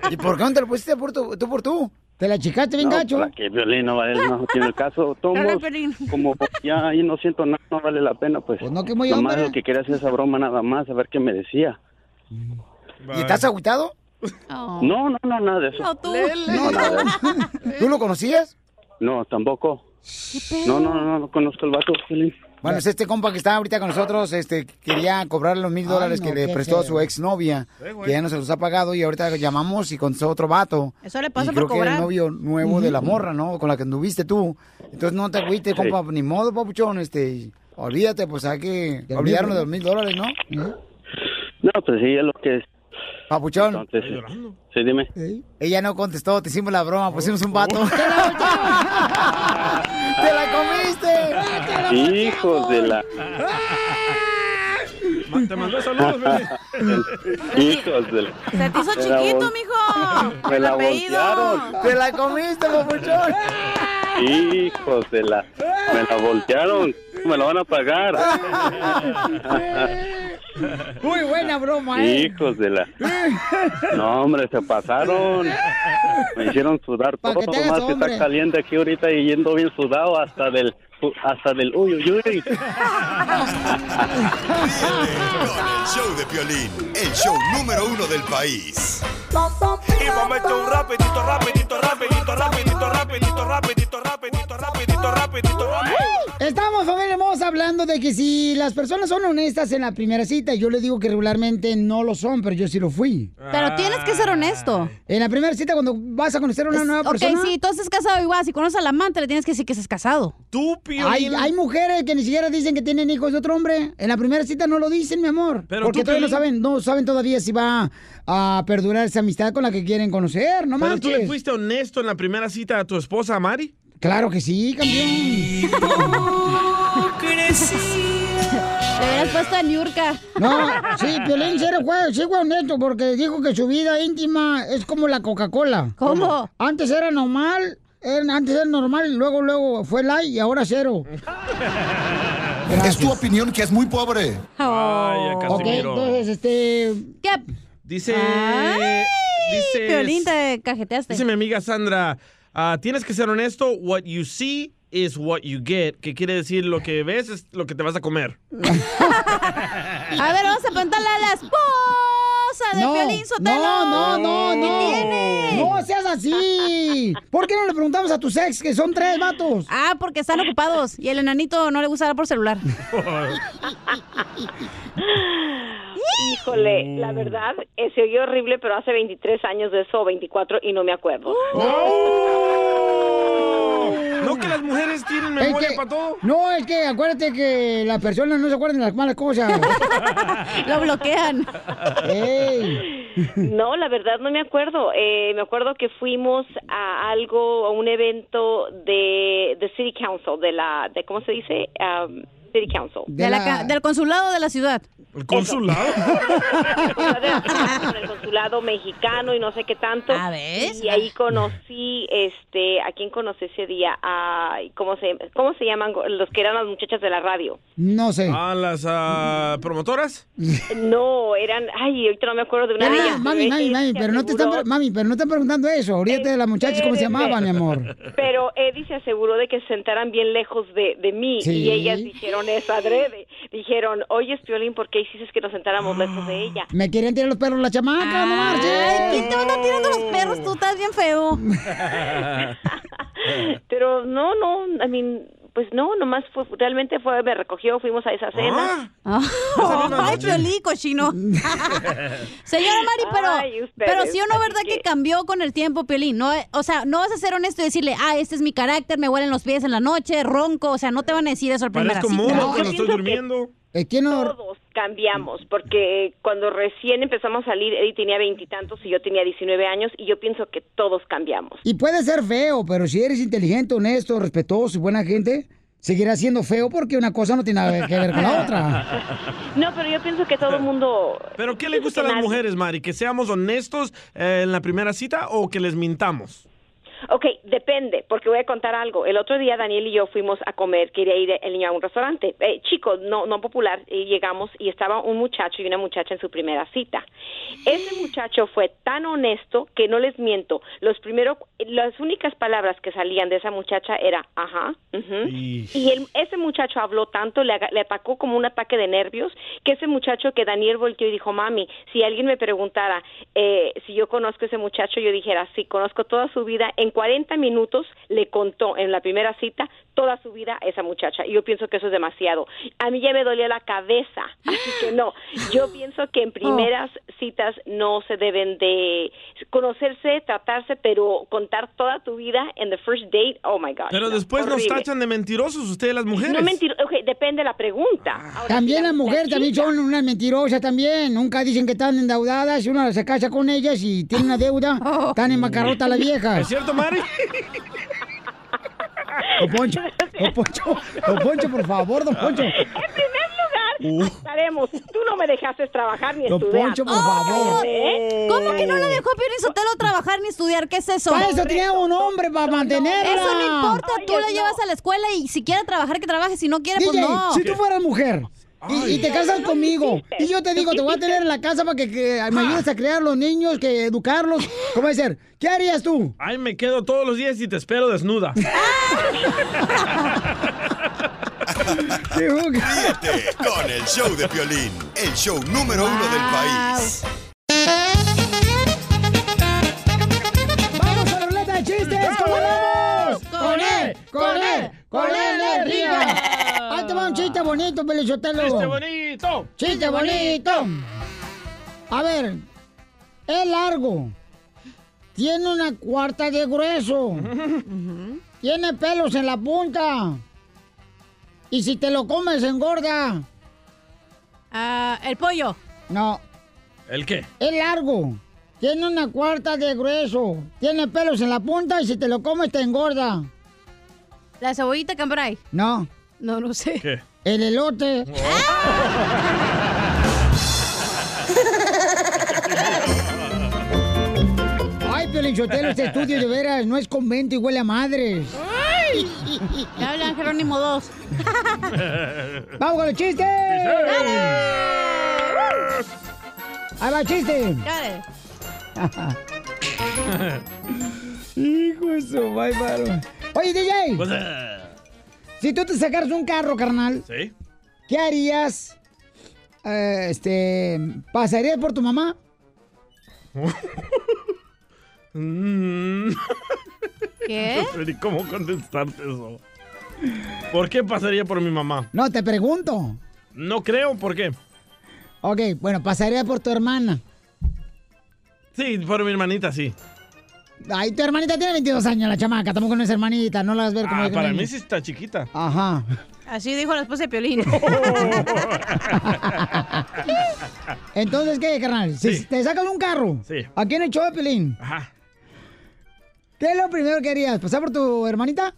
¿Y por qué no te lo pusiste por tu- tú por tú? Te la chicaste bien
No,
gacho.
para que violín no vale, no tiene el
(laughs)
caso.
Dale,
Tomos,
Piolín.
como ya ahí no siento nada, no vale la pena, pues.
no, que muy
Nomás
hombre.
lo que quería hacer esa broma nada más, a ver qué me decía.
¿Y estás agüitado? Oh.
No, no, no, nada de eso.
No, tú. No, (laughs) no. ¿Tú lo conocías?
No, tampoco. No, no, no, no conozco el vato, Piolín.
Bueno, es este compa que está ahorita con nosotros, este, quería cobrar los mil dólares
no,
que le
qué
prestó a
feo.
su exnovia, que ya no se los ha pagado y ahorita llamamos y contestó otro vato.
Eso le pasa
y
por
creo que era
cobrar.
el novio nuevo de la morra, ¿no? Con la que anduviste tú. Entonces no te agüites,
Sí.
compa, ni modo, papuchón, este, olvídate, pues hay que olvidarnos de los mil dólares, ¿no?
No, pues sí, es lo que es.
Papuchón.
Entonces, sí, dime.
Ella no contestó, te hicimos la broma, pusimos un vato. (laughs) ¡Te la comiste!
Hijos de la...
Ma- Te mandó saludos, Piolín.
(laughs) Hijos de la...
Se te hizo
Me la
chiquito,
vol-
mijo.
me
El
la
apellido.
voltearon.
¡Te la comiste, papuchón!
Hijos de la... Me la voltearon. Me la van a pagar.
(laughs)
Muy buena broma, ¿eh?
Hijos de la...
(laughs)
No, hombre, se pasaron. Me hicieron sudar
Pa'
todo
que te hagas
más que
hombre.
está caliente aquí ahorita y yendo bien sudado hasta del... Hasta del... Uy, uy, uy.
Con el show de Piolín, el show número uno del país.
Y va a meter un rapidito, rapidito, rapidito, rapidito, rapidito, rapidito, rapidito, rapidito, rapidito, rapidito,
Estamos, familia hermosa, hablando de que si las personas son honestas en la primera cita, yo le digo que regularmente no lo son, pero yo sí lo fui.
Pero tienes que ser honesto.
En la primera cita, cuando vas a conocer a una nueva
Ok,
persona.
sí, tú estás casado igual. Si conoces al amante, le tienes que decir que estás casado.
Tú,
Hay, hay mujeres que ni siquiera dicen que tienen hijos de otro hombre. En la primera cita no lo dicen, mi amor.
Pero
porque
tú,
todavía no
Piolín.
saben, no saben todavía si va a perdurar esa amistad con la que quieren conocer, no
¿Pero tú le
marches.
fuiste honesto en la primera cita a tu esposa, Mari?
Claro que sí, campeón.
Le hubieras puesto a Niurka.
No, sí, Piolín, sí, era jue- sí fue honesto porque dijo que su vida íntima es como la Coca-Cola.
¿Cómo?
Antes era normal, era- antes era normal, luego, luego fue light y ahora cero.
Es tu opinión que es muy pobre.
Vaya,
ok,
Casimiro.
entonces, este...
¿Qué?
(laughs) Dice.
Ay,
dice.
Piolín, te cajeteaste.
Dice mi amiga Sandra, ah, tienes que ser honesto. What you see is what you get. Que quiere decir lo que ves es lo que te vas a comer.
A ver, vamos a preguntarle a la esposa de
No,
Piolín Sotelo.
no, no, no, no.
¿Qué tiene?
No seas así. ¿Por qué no le preguntamos a tus ex que son tres vatos?
Ah, porque están ocupados y el enanito no le gusta hablar por
(laughs)
celular.
Híjole, la verdad, eh, se oyó horrible, pero hace 23 años de eso, o 24, y no me acuerdo.
¿No que las mujeres tienen
Es
memoria
que-
para todo?
No, es que acuérdate que las personas no se acuerdan de las malas cosas.
(laughs) Lo bloquean.
No, la verdad no me acuerdo. Eh, me acuerdo que fuimos a algo, a un evento de, de City Council, de la, de, ¿cómo se dice? Um, City Council.
De la ca- del consulado de la ciudad.
¿El
(laughs)
consulado?
(laughs) con el consulado mexicano y no sé qué tanto.
Ah,
Y ahí conocí, este, ¿a quién conocí ese día? Ay, ¿cómo, se, ¿Cómo se llaman los que eran las muchachas de la radio?
No sé.
¿A las ah, promotoras?
No, eran, ay, ahorita no me acuerdo de una de
Ah,
ellas.
mami, mami, mami, pero no te están, pre- mami, pero no están preguntando eso. Ahorita de las muchachas, ¿cómo se
Espérenme.
llamaba, mi amor?
Pero Eddie se aseguró de que se sentaran bien lejos de, de mí
Sí.
y ellas dijeron eso adrede. Dijeron, oye, Piolín, ¿por qué hiciste que nos sentáramos lejos de ella?
Me quieren tirar los perros la chamaca, no marches.
Ay, ¿quién te va a andar tirando los perros? Tú estás bien feo.
(laughs) Pero no, no, I mean, pues no, nomás fue, realmente fue, me recogió, fuimos a esa cena.
Ah.
Ah.
Ay, Piolín, cochino. Señora Mari, pero,
Ay, ustedes,
pero sí o no,
así
¿verdad que... cambió con el tiempo, Piolín? No, eh, o sea, no vas a ser honesto y decirle, ah, este es mi carácter, me huelen los pies en la noche, ronco. O sea, no te van a decir eso al primer
Parezco mono cuando estoy durmiendo.
Es que no...
Todos cambiamos, porque cuando recién empezamos a salir, Eddie tenía veintitantos y, yo tenía 19 años, y yo pienso que todos cambiamos.
Y puede ser feo, pero si eres inteligente, honesto, respetuoso y buena gente, seguirá siendo feo porque una cosa no tiene nada que ver con
(laughs)
la otra.
No, pero yo pienso que (laughs) todo el mundo...
(laughs) ¿Pero qué le gusta a las mujeres, Mari? ¿Que seamos honestos eh, en la primera cita o que les mintamos?
Ok, depende, porque voy a contar algo. El otro día Daniel y yo fuimos a comer, quería ir el niño a un restaurante, eh, chico, no, no popular, y llegamos y estaba un muchacho y una muchacha en su primera cita. Ese muchacho fue tan honesto que no les miento, los primeros, las únicas palabras que salían de esa muchacha era, ajá, ujú". Y el- ese muchacho habló tanto, le, aga- le atacó como un ataque de nervios, que ese muchacho que Daniel volteó y dijo, mami, si alguien me preguntara eh, si yo conozco a ese muchacho, yo dijera, sí, conozco toda su vida. En 40 minutos le contó en la primera cita toda su vida a esa muchacha. Y yo pienso que eso es demasiado. A mí ya me dolía la cabeza, así que no.
(gasps)
Yo pienso que
Oh.
en primeras citas no se deben de conocerse, tratarse, pero contar toda tu vida en the first date, oh my God.
Pero
no,
después nos
horrible.
tachan de mentirosos ustedes las mujeres.
No mentir, ok, depende de la pregunta. Ahora,
También
si la
las mujeres
muchacha-
también son unas mentirosas también. Nunca dicen que están endeudadas y uno se casa con ellas y tiene
(laughs)
una
Oh.
deuda, están en macarrota las viejas.
¿Es cierto, Mari?
Don Poncho, don Poncho, don Poncho, por favor, don Poncho.
En primer lugar, estaremos. Tú no me dejaste trabajar ni
Don
estudiar.
Poncho, por favor.
¿Eh?
¿Cómo que no la dejó Piolín Sotelo trabajar ni estudiar? ¿Qué es eso?
Para eso tenía un hombre para mantenerla.
Eso no importa, tú la llevas a la escuela y si quiere trabajar, que trabaje, si no quiere,
DJ,
pues no.
si tú fueras mujer y,
Ay.
y te casas conmigo y yo te digo, te voy a tener en la casa para que, que me ayudes a criar los niños, que educarlos, ¿cómo decir? ¿Qué harías tú?
Ay, me quedo todos los días y te espero
(laughs)
desnuda.
Ríete con el show de Piolín, el show número uno del país.
¡Vamos a la ruleta de chistes! E, ¡Con E él! ¡Con él! ¡Con él! ¡Con él! (laughs) bonito, Pelizotelo.
¡Chiste bonito!
Chiste bonito. A ver, es largo. Tiene una cuarta de (laughs) grueso. (laughs) Tiene pelos en la punta. Y si te lo comes, engorda.
Ah, el pollo.
No,
¿El qué?
es largo. Tiene una cuarta de grueso. Tiene pelos en la punta y si te lo comes, te engorda.
La cebollita cambrai.
No.
No, no sé.
¿Qué?
El elote. (laughs) Ay, Piolinchotelo, este estudio de veras no es convento y huele a madres.
¡Ay! Me hablan Jerónimo 2.
¡Vamos con los chistes! ¡Ahí va el chiste!
Dale.
Hijo de su madre, varón. Oye, DJ. Si tú te sacaras un carro, carnal,
¿Sí?
¿qué harías? Eh, este, ¿pasarías por tu mamá?
(laughs)
¿Qué?
No sé ni Mm. cómo contestarte eso. ¿Por qué pasaría por mi mamá?
No, te pregunto.
No creo, ¿por qué?
Ok, bueno, pasarías por tu hermana.
Sí, por mi hermanita, sí.
Ay, tu hermanita tiene 22 años, la chamaca. Tampoco no es hermanita, no la vas a ver como...
Ah,
de
para
grande.
mí sí está chiquita. (laughs)
Ajá.
Así dijo la esposa de
(laughs)
Piolín.
Entonces, ¿qué, carnal? Si te sacas un carro,
Sí.
aquí en el show de Pelín,
Ajá.
¿qué es lo primero que harías? ¿Pasar por tu hermanita?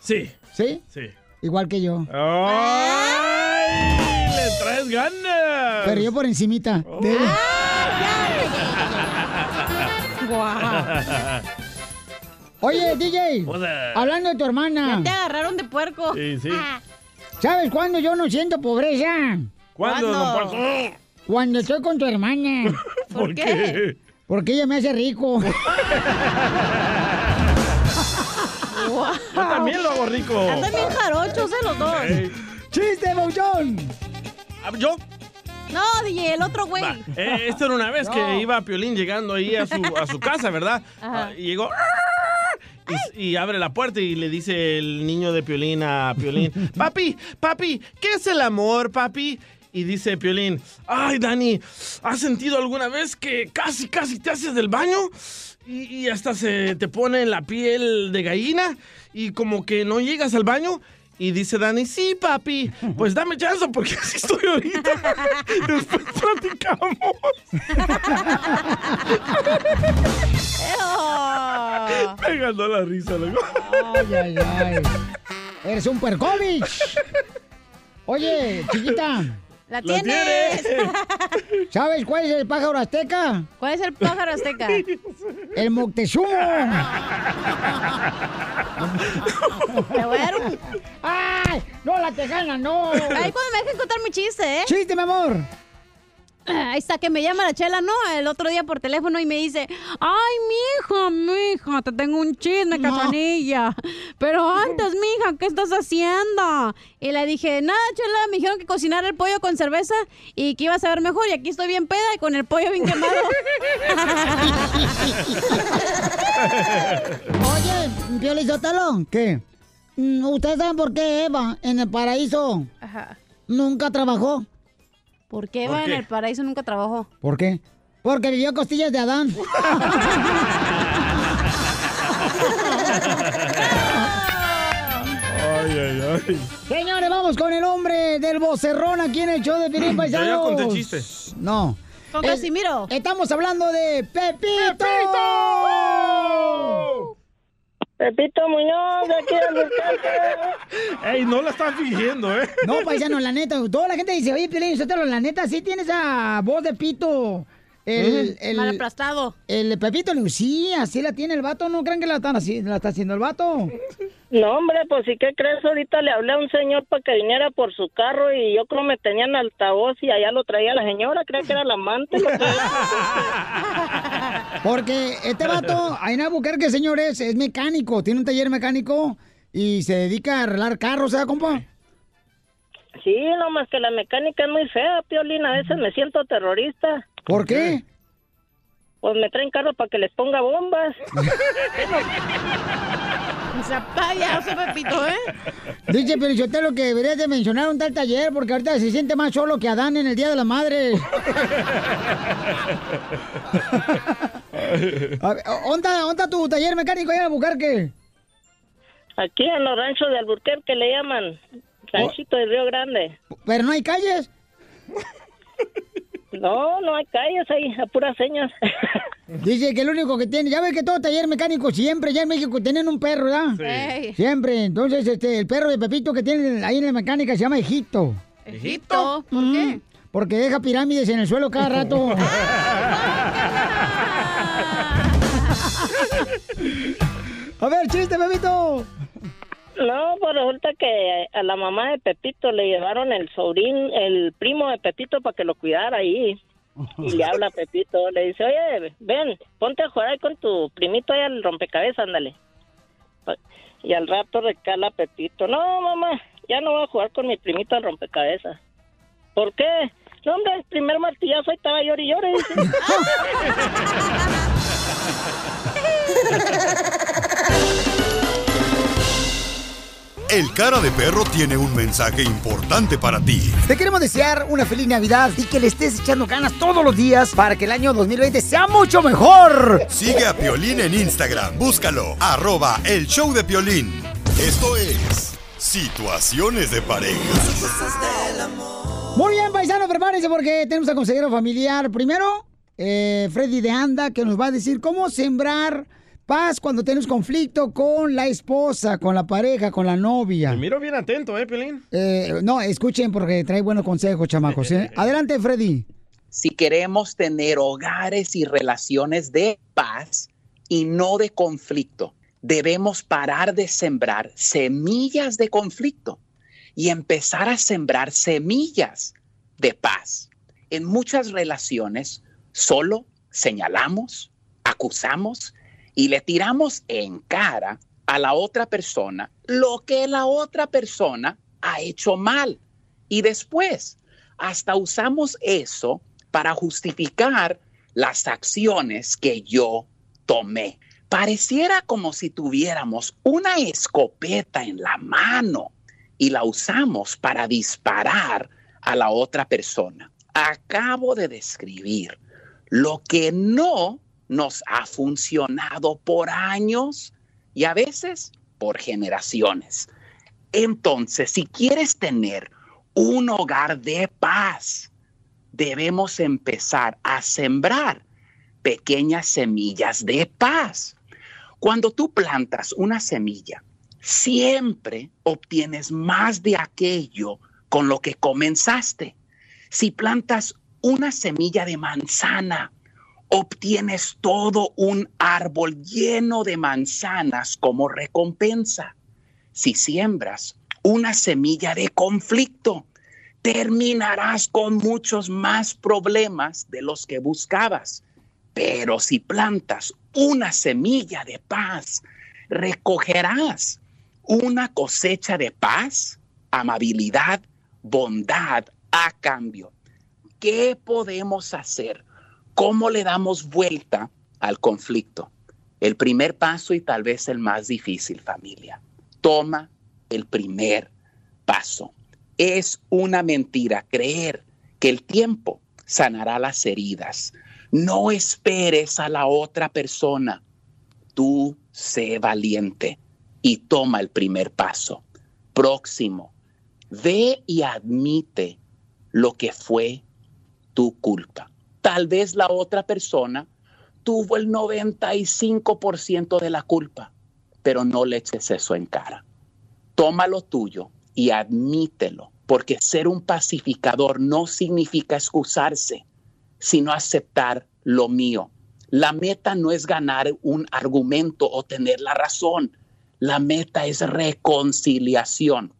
Sí.
¿Sí?
Sí.
Igual que yo.
¡Ay! ¡Le traes ganas! Oh.
Pero yo por encimita. De- Oye, DJ,
Hola.
hablando de tu hermana,
Te agarraron de puerco. Ah.
Sí, sí.
¿sabes cuándo yo no siento pobreza?
¿Cuándo, don Puerco?
Cuando estoy con tu hermana.
(laughs) ¿Por qué?
Porque ella me hace rico.
Yo también lo hago rico.
Andan bien jarochos, eh, los dos.
Ey.
¡Chiste, Bouchón!
Ah, ¿Yo?
No, DJ, el otro güey.
Eh, esto era una vez
No.
que iba Piolín llegando ahí a su, a su casa, ¿verdad?
Ajá.
Ah,
(laughs)
Y (laughs) llegó... Y, y abre la puerta y le dice el niño de Piolín a Piolín, papi, papi, ¿qué es el amor, papi? Y dice Piolín, ay, Dani, ¿has sentido alguna vez que casi, casi te haces del baño? Y, y hasta se te pone la piel de gallina y como que no llegas al baño. Y dice Dani, sí, papi, pues dame chance porque así estoy ahorita. Después platicamos. (laughs) Me ganó la risa, loco.
Ay, ay, ay. Eres un puercovich. Oye, chiquita,
La
La
tienes.
(laughs) ¿sabes cuál es el pájaro azteca?
¿Cuál es el pájaro azteca?
El Moctezuma.
Te voy a dar un...
¡Ay! ¡No, la tejana, no!
Ay, cuando me dejen contar mi chiste, ¿eh?
¡Chiste, mi amor!
Ahí está, que me llama la chela, ¿no? El otro día por teléfono y me dice, ay, mija, mija, te tengo un chisme, cachanilla. Pero antes, mija, ¿qué estás haciendo? Y le dije, nada, chela, me dijeron que cocinara el pollo con cerveza y que iba a saber mejor. Y aquí estoy bien peda y con el pollo bien quemado.
(laughs)
Oye, Piolizotelo. ¿Qué? Mm, ¿Ustedes saben por qué Eva en el paraíso
Ajá.
nunca trabajó?
¿Por qué
¿Por
Eva
qué?
en el paraíso nunca trabajó?
¿Por qué? Porque vivió costillas de Adán.
(laughs)
Ay, ay, ay.
Señores, vamos con el hombre del vocerrón aquí en el show de Pirín Paisanos.
Ya conté chiste.
pues, No.
Con
Eh,
Casimiro.
Estamos hablando de Pepito. ¡Pepito!
Pepito Muñoz, de aquí del
Ey, no la están fingiendo, ¿eh?
No, paisano, (laughs) la neta, toda la gente dice, oye, Piolín, Sotelo, la neta, sí tiene esa voz de pito. El,
Mm.
el,
Mal aplastado.
El Pepito le sí, así la tiene el vato, ¿no creen que la, están así, la está haciendo el vato?
No, hombre, pues ¿y qué crees? Ahorita le hablé a un señor para que viniera por su carro y yo creo me tenían altavoz y allá lo traía la señora, creía que era la amante. lo
(laughs) Porque este vato, ahí en Albuquerque, señores, es mecánico, tiene un taller mecánico y se dedica a arreglar carros, ¿sabes, compa?
que- Sí, nomás que la mecánica es muy fea, Piolín, a veces me siento terrorista.
¿Por qué?
Pues me traen carros para que les ponga bombas.
Zapaya, ese Pepito, ¿eh?
Dice lo que deberías de mencionar un tal taller porque ahorita se siente más solo que Adán en el Día de la Madre. A ver, oh. ¿Onda, onda tu taller mecánico allá en Albuquerque?
Aquí en los ranchos de Alburquerque le llaman Ranchito de Río Grande.
¿Pero no hay calles?
No, no hay calles ahí, a puras señas. (laughs)
Dice que el único que tiene, ya ves que todo taller mecánico siempre, ya en México tienen un perro, ¿verdad?
Sí. Ey.
Siempre. Entonces, este, el perro de Pepito que tiene ahí en la mecánica se llama Egipto.
¿Egipto? ¿Por qué?
Porque deja pirámides en el suelo cada rato.
Ah.
A ver, chiste, Pepito.
No, pues resulta que a la mamá de Pepito le llevaron el sobrín, el primo de Pepito para que lo cuidara ahí. Y le habla a Pepito, le dice, oye, ven, ponte a jugar ahí con tu primito ahí al rompecabezas, ándale. Pa- Y al rato recala Pepito, no, mamá, ya no voy a jugar con mi primito al rompecabezas. ¿Por qué? No, hombre, el primer martillazo ahí estaba llori y llore", dice.
El cara de perro tiene un mensaje importante para ti.
Te queremos desear una feliz Navidad y que le estés echando ganas todos los días para que el año 2020 sea mucho mejor.
Sigue a Piolín en Instagram, búscalo, arroba el show de Piolín. Esto es Situaciones de Pareja.
Muy bien, paisano, prepárense porque tenemos a consejero familiar. Primero, eh, Freddy de Anda, que nos va a decir cómo sembrar paz cuando tenemos conflicto con la esposa, con la pareja, con la novia.
Te miro bien atento, ¿eh, Piolín?
Eh, no, escuchen porque trae buenos consejos, chamacos. ¿eh? Adelante, Freddy.
si queremos tener hogares y relaciones de paz y no de conflicto, debemos parar de sembrar semillas de conflicto y empezar a sembrar semillas de paz. En muchas relaciones solo señalamos, acusamos y le tiramos en cara a la otra persona lo que la otra persona ha hecho mal. Y después, hasta usamos eso para justificar las acciones que yo tomé. Pareciera como si tuviéramos una escopeta en la mano y la usamos para disparar a la otra persona. Acabo de describir lo que no nos ha funcionado por años y a veces por generaciones. Entonces, si quieres tener un hogar de paz, debemos empezar a sembrar pequeñas semillas de paz. Cuando tú plantas una semilla, siempre obtienes más de aquello con lo que comenzaste. Si plantas una semilla de manzana, obtienes todo un árbol lleno de manzanas como recompensa. Si siembras una semilla de conflicto, terminarás con muchos más problemas de los que buscabas. Pero si plantas una semilla de paz, recogerás una cosecha de paz, amabilidad, bondad a cambio. ¿Qué podemos hacer? ¿Cómo le damos vuelta al conflicto? El primer paso y tal vez el más difícil, familia. Toma el primer paso. Es una mentira creer que el tiempo sanará las heridas. No esperes a la otra persona. Tú sé valiente y toma el primer paso. Próximo, ve y admite lo que fue tu culpa. Tal vez la otra persona tuvo el 95% de la culpa, pero no le eches eso en cara toma lo tuyo y admítelo, porque ser un pacificador no significa excusarse, sino aceptar lo mío. La meta no es ganar un argumento o tener la razón, la meta es reconciliación.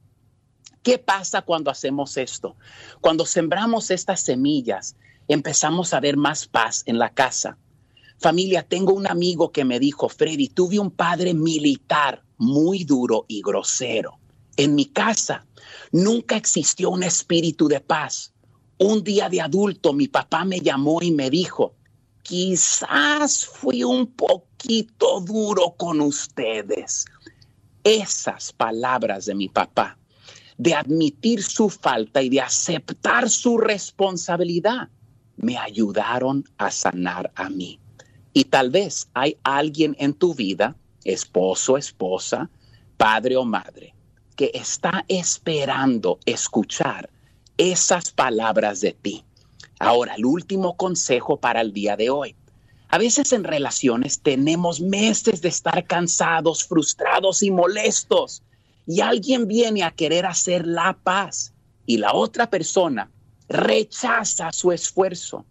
¿Qué pasa cuando hacemos esto? Cuando sembramos estas semillas, empezamos a ver más paz en la casa. Familia, tengo un amigo que me dijo, Freddy, tuve un padre militar muy duro y grosero. En mi casa nunca existió un espíritu de paz. Un día de adulto mi papá me llamó y me dijo, quizás fui un poquito duro con ustedes, esas palabras de mi papá, de admitir su falta y de aceptar su responsabilidad, me ayudaron a sanar a mí. Y tal vez hay alguien en tu vida, esposo, esposa, padre o madre, que está esperando escuchar esas palabras de ti. Ahora, el último consejo para el día de hoy. A veces en relaciones tenemos meses de estar cansados, frustrados y molestos. Y alguien viene a querer hacer la paz y la otra persona rechaza su esfuerzo.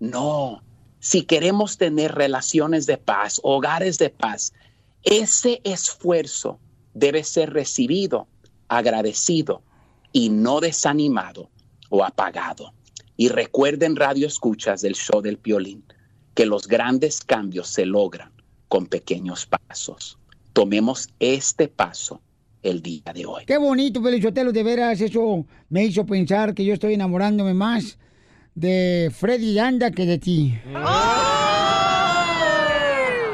No, si queremos tener relaciones de paz, hogares de paz, ese esfuerzo debe ser recibido, agradecido y no desanimado o apagado. Y recuerden, radio escuchas del show del violín, que los grandes cambios se logran con pequeños pasos. Tomemos este paso el día de hoy.
Qué bonito, Pelichotelo, de veras, eso me hizo pensar que yo estoy enamorándome más de Freddy Anda que de ti.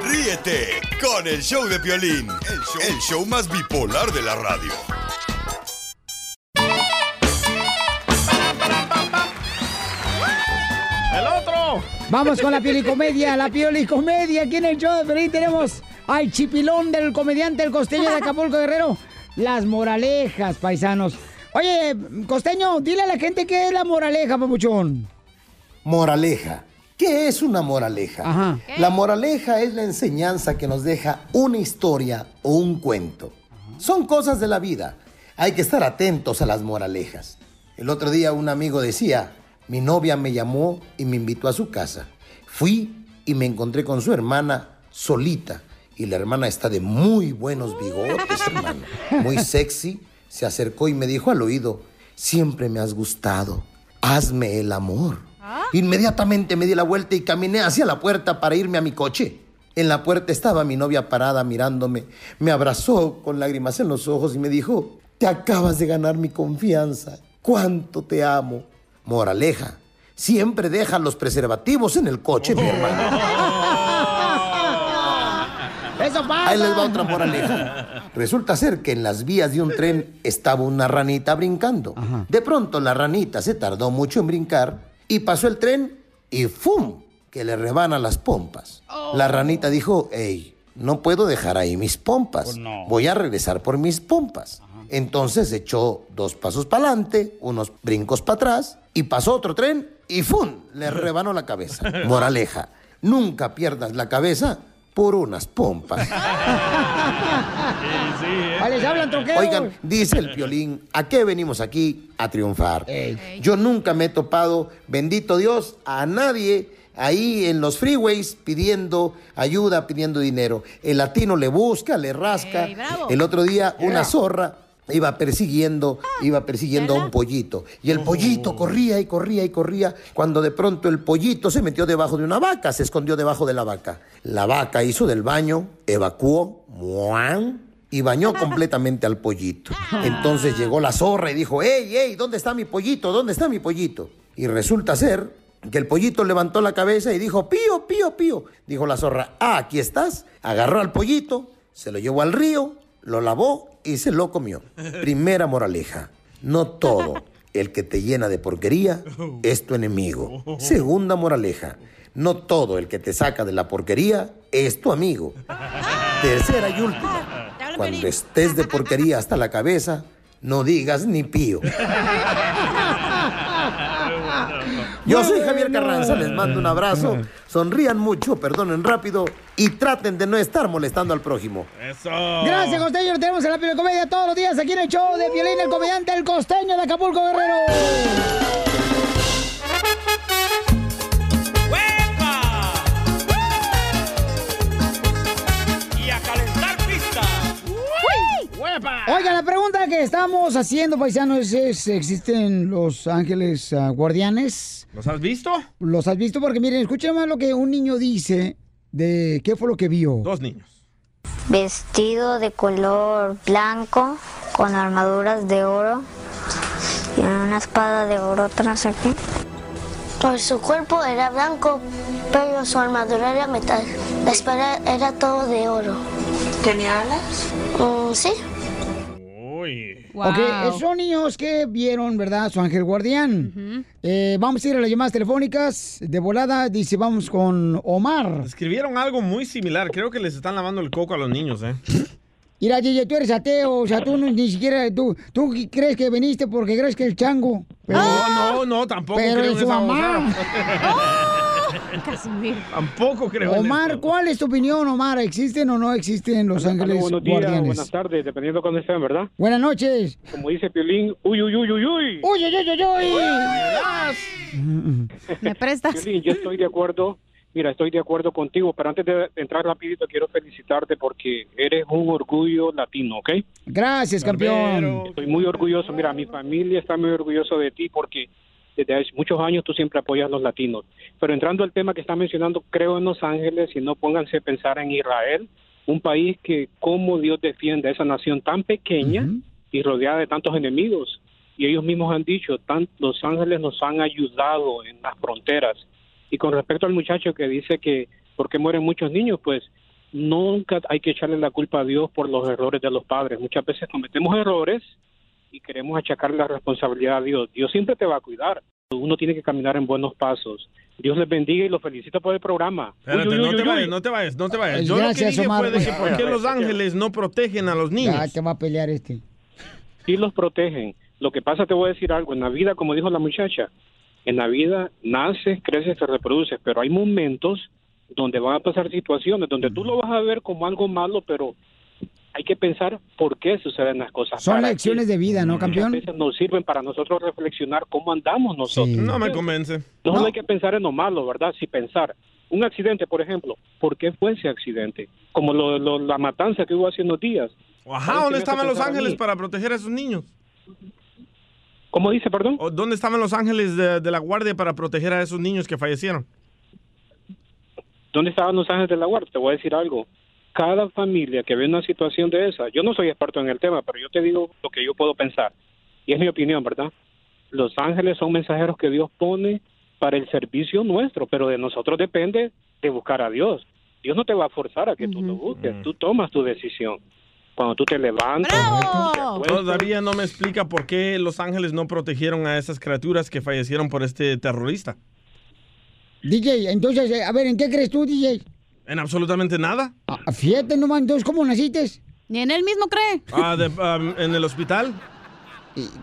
Ríete con el show de Piolín, el show, el show más bipolar de la radio.
¡El otro!
Vamos con la piolicomedia, la piolicomedia. Aquí en el show de Piolín tenemos al chipilón del comediante, el costeño de Acapulco Guerrero. Las moralejas, paisanos. Oye, costeño, dile a la gente qué es la moraleja, papuchón.
Moraleja. ¿Qué es una moraleja? La moraleja es la enseñanza que nos deja una historia o un cuento. Son cosas de la vida. Hay que estar atentos a las moralejas. El otro día un amigo decía, mi novia me llamó y me invitó a su casa. Fui y me encontré con su hermana solita. Y la hermana está de muy buenos bigotes, hermano. Muy sexy. Se acercó y me dijo al oído, siempre me has gustado. Hazme el amor. Inmediatamente me di la vuelta y caminé hacia la puerta para irme a mi coche. En la puerta estaba mi novia parada mirándome. Me abrazó con lágrimas en los ojos y me dijo, te acabas de ganar mi confianza. ¿Cuánto te amo? Moraleja, siempre deja los preservativos en el coche, mi hermano.
(laughs) Eso pasa.
Ahí les va otra moraleja. Resulta ser que en las vías de un tren estaba una ranita brincando. De pronto la ranita se tardó mucho en brincar y pasó el tren y ¡fum! que le rebana las pompas. La ranita dijo, hey, no puedo dejar ahí mis pompas. Voy a regresar por mis pompas. Entonces echó dos pasos para adelante, unos brincos para atrás y pasó otro tren y ¡fum! le rebanó la cabeza. Moraleja, nunca pierdas la cabeza por unas pompas.
les hablan troqueros.
Oigan, (laughs) dice el violín, ¿a qué venimos aquí? A triunfar. Yo nunca me he topado, bendito Dios, a nadie ahí en los freeways pidiendo ayuda, pidiendo dinero. El latino le busca, le rasca.
Ey, bravo.
El otro día
Yeah.
una zorra iba persiguiendo, iba persiguiendo a un pollito. Y el pollito corría y corría y corría, cuando de pronto el pollito se metió debajo de una vaca, se escondió debajo de la vaca. La vaca hizo del baño, evacuó, muán, y bañó completamente al pollito. Entonces llegó la zorra y dijo, ¡Ey, ey! ¿Dónde está mi pollito? ¿Dónde está mi pollito? Y resulta ser que el pollito levantó la cabeza y dijo, pío, pío, pío. Dijo la zorra, ah, aquí estás. Agarró al pollito, se lo llevó al río, lo lavó y se lo
(laughs)
comió. Primera moraleja, no todo el que te llena de porquería
Oh.
es tu enemigo. Segunda moraleja, no todo el que te saca de la porquería es tu
(laughs)
amigo. Tercera y última, cuando estés de porquería hasta la cabeza, no digas ni pío. Yo soy Javier Carranza, les mando un abrazo. Sonrían mucho, perdonen rápido y traten de no estar molestando al prójimo.
Eso.
Gracias, costeño. Lo tenemos en la Piolín comedia todos los días aquí en el show de Piolín, el comediante, el costeño de Acapulco Guerrero.
Y a calentar pista.
Oiga, la pregunta que estamos haciendo, paisanos, es, ¿existen los ángeles ah, guardianes?
¿Los has visto?
Los has visto porque, miren, escuchen más lo que un niño dice de qué fue lo que vio.
Dos niños.
vestido de color blanco con armaduras de oro y una espada de oro tras aquí.
Pues su cuerpo era blanco, pero su armadura era metal. La espada era todo de oro.
¿Tenía alas? Mm, sí.
Ok, eh, son niños que vieron, ¿verdad? Su ángel guardián. Eh, vamos a ir a las llamadas telefónicas. De volada, dice, vamos con Omar.
Escribieron algo muy similar. Creo que les están lavando el coco a los niños,
(laughs)
¿eh?
Mira, Gigi, tú eres ateo, o sea, tú no- ni siquiera, tú, tú crees que viniste porque crees que el chango. Pero-
No, no, no, tampoco
Pero
creo
y
en
su
esa
mamá. (laughs)
babosada. Tampoco creo en
Omar, ¿cuál es tu opinión, Omar? ¿Existen o no existen los ángeles
buenos días,
guardianes?
buenas tardes, dependiendo de cuándo estén, ¿verdad?
Buenas noches.
Como dice Piolín, uy, uy, uy, uy, uy.
Uy, uy, uy, uy, Ah.
(laughs) ¿Me prestas? yo estoy de acuerdo. Mira, estoy de acuerdo contigo, pero antes de entrar rapidito quiero felicitarte porque eres un orgullo latino, ¿ok?
Gracias, campeón.
Estoy muy orgulloso. Mira, mi familia está muy orgulloso de ti porque desde hace muchos años tú siempre apoyas a los latinos. Pero entrando al tema que está mencionando, creo en Los Ángeles y no pónganse a pensar en Israel, un país que cómo Dios defiende a esa nación tan pequeña y rodeada de tantos enemigos. Y ellos mismos han dicho, tan, Los Ángeles nos han ayudado en las fronteras. Y con respecto al muchacho que dice que por qué mueren muchos niños, pues nunca hay que echarle la culpa a Dios por los errores de los padres. Muchas veces cometemos errores y queremos achacar la responsabilidad a Dios. Dios siempre te va a cuidar. Uno tiene que caminar en buenos pasos. Dios les bendiga y los felicito por el programa.
Espérate,
Uy, uy,
no
uy,
te
uy,
vayas,
uy.
no te vayas, no te vayas. Yo
Pues Gracias,
lo que dije
Omar.
fue de que por qué
pues, Ya,
los
ya.
ángeles no protegen a los niños.
Ya te va a pelear este.
Sí los protegen. Lo que pasa, te voy a decir algo. En la vida, como dijo la muchacha, en la vida naces, creces, te reproduces, pero hay momentos donde van a pasar situaciones, donde tú lo vas a ver como algo malo, pero hay que pensar por qué suceden las cosas.
Son
para
lecciones de vida, ¿no,
que a
campeón?
veces nos sirven para nosotros reflexionar cómo andamos nosotros.
No me convence.
No, no hay que pensar en lo malo, ¿verdad? Si pensar un accidente, por ejemplo, ¿por qué fue ese accidente? Como lo- lo- la matanza que hubo hace unos días.
Ajá, ¿dónde estaban los ángeles para proteger a esos niños?
¿Cómo dice, perdón?
¿Dónde estaban los ángeles de, de la guardia para proteger a esos niños que fallecieron?
¿Dónde estaban los ángeles de la guardia? Te voy a decir algo. Cada familia que ve una situación de esa, yo no soy experto en el tema, pero yo te digo lo que yo puedo pensar. Y es mi opinión, ¿verdad? Los ángeles son mensajeros que Dios pone para el servicio nuestro, pero de nosotros depende de buscar a Dios. Dios no te va a forzar a que tú lo busques, tú tomas tu decisión. Cuando tú te levantas, te acuestas,
Todavía no me explica por qué los ángeles no protegieron a esas criaturas que fallecieron por este terrorista.
DJ, entonces, eh, a ver, ¿en qué crees tú, DJ?
En absolutamente nada.
Ah, Fíjate nomás, entonces, ¿cómo naciste?
Ni en él mismo cree.
Ah, de- ah, en el hospital.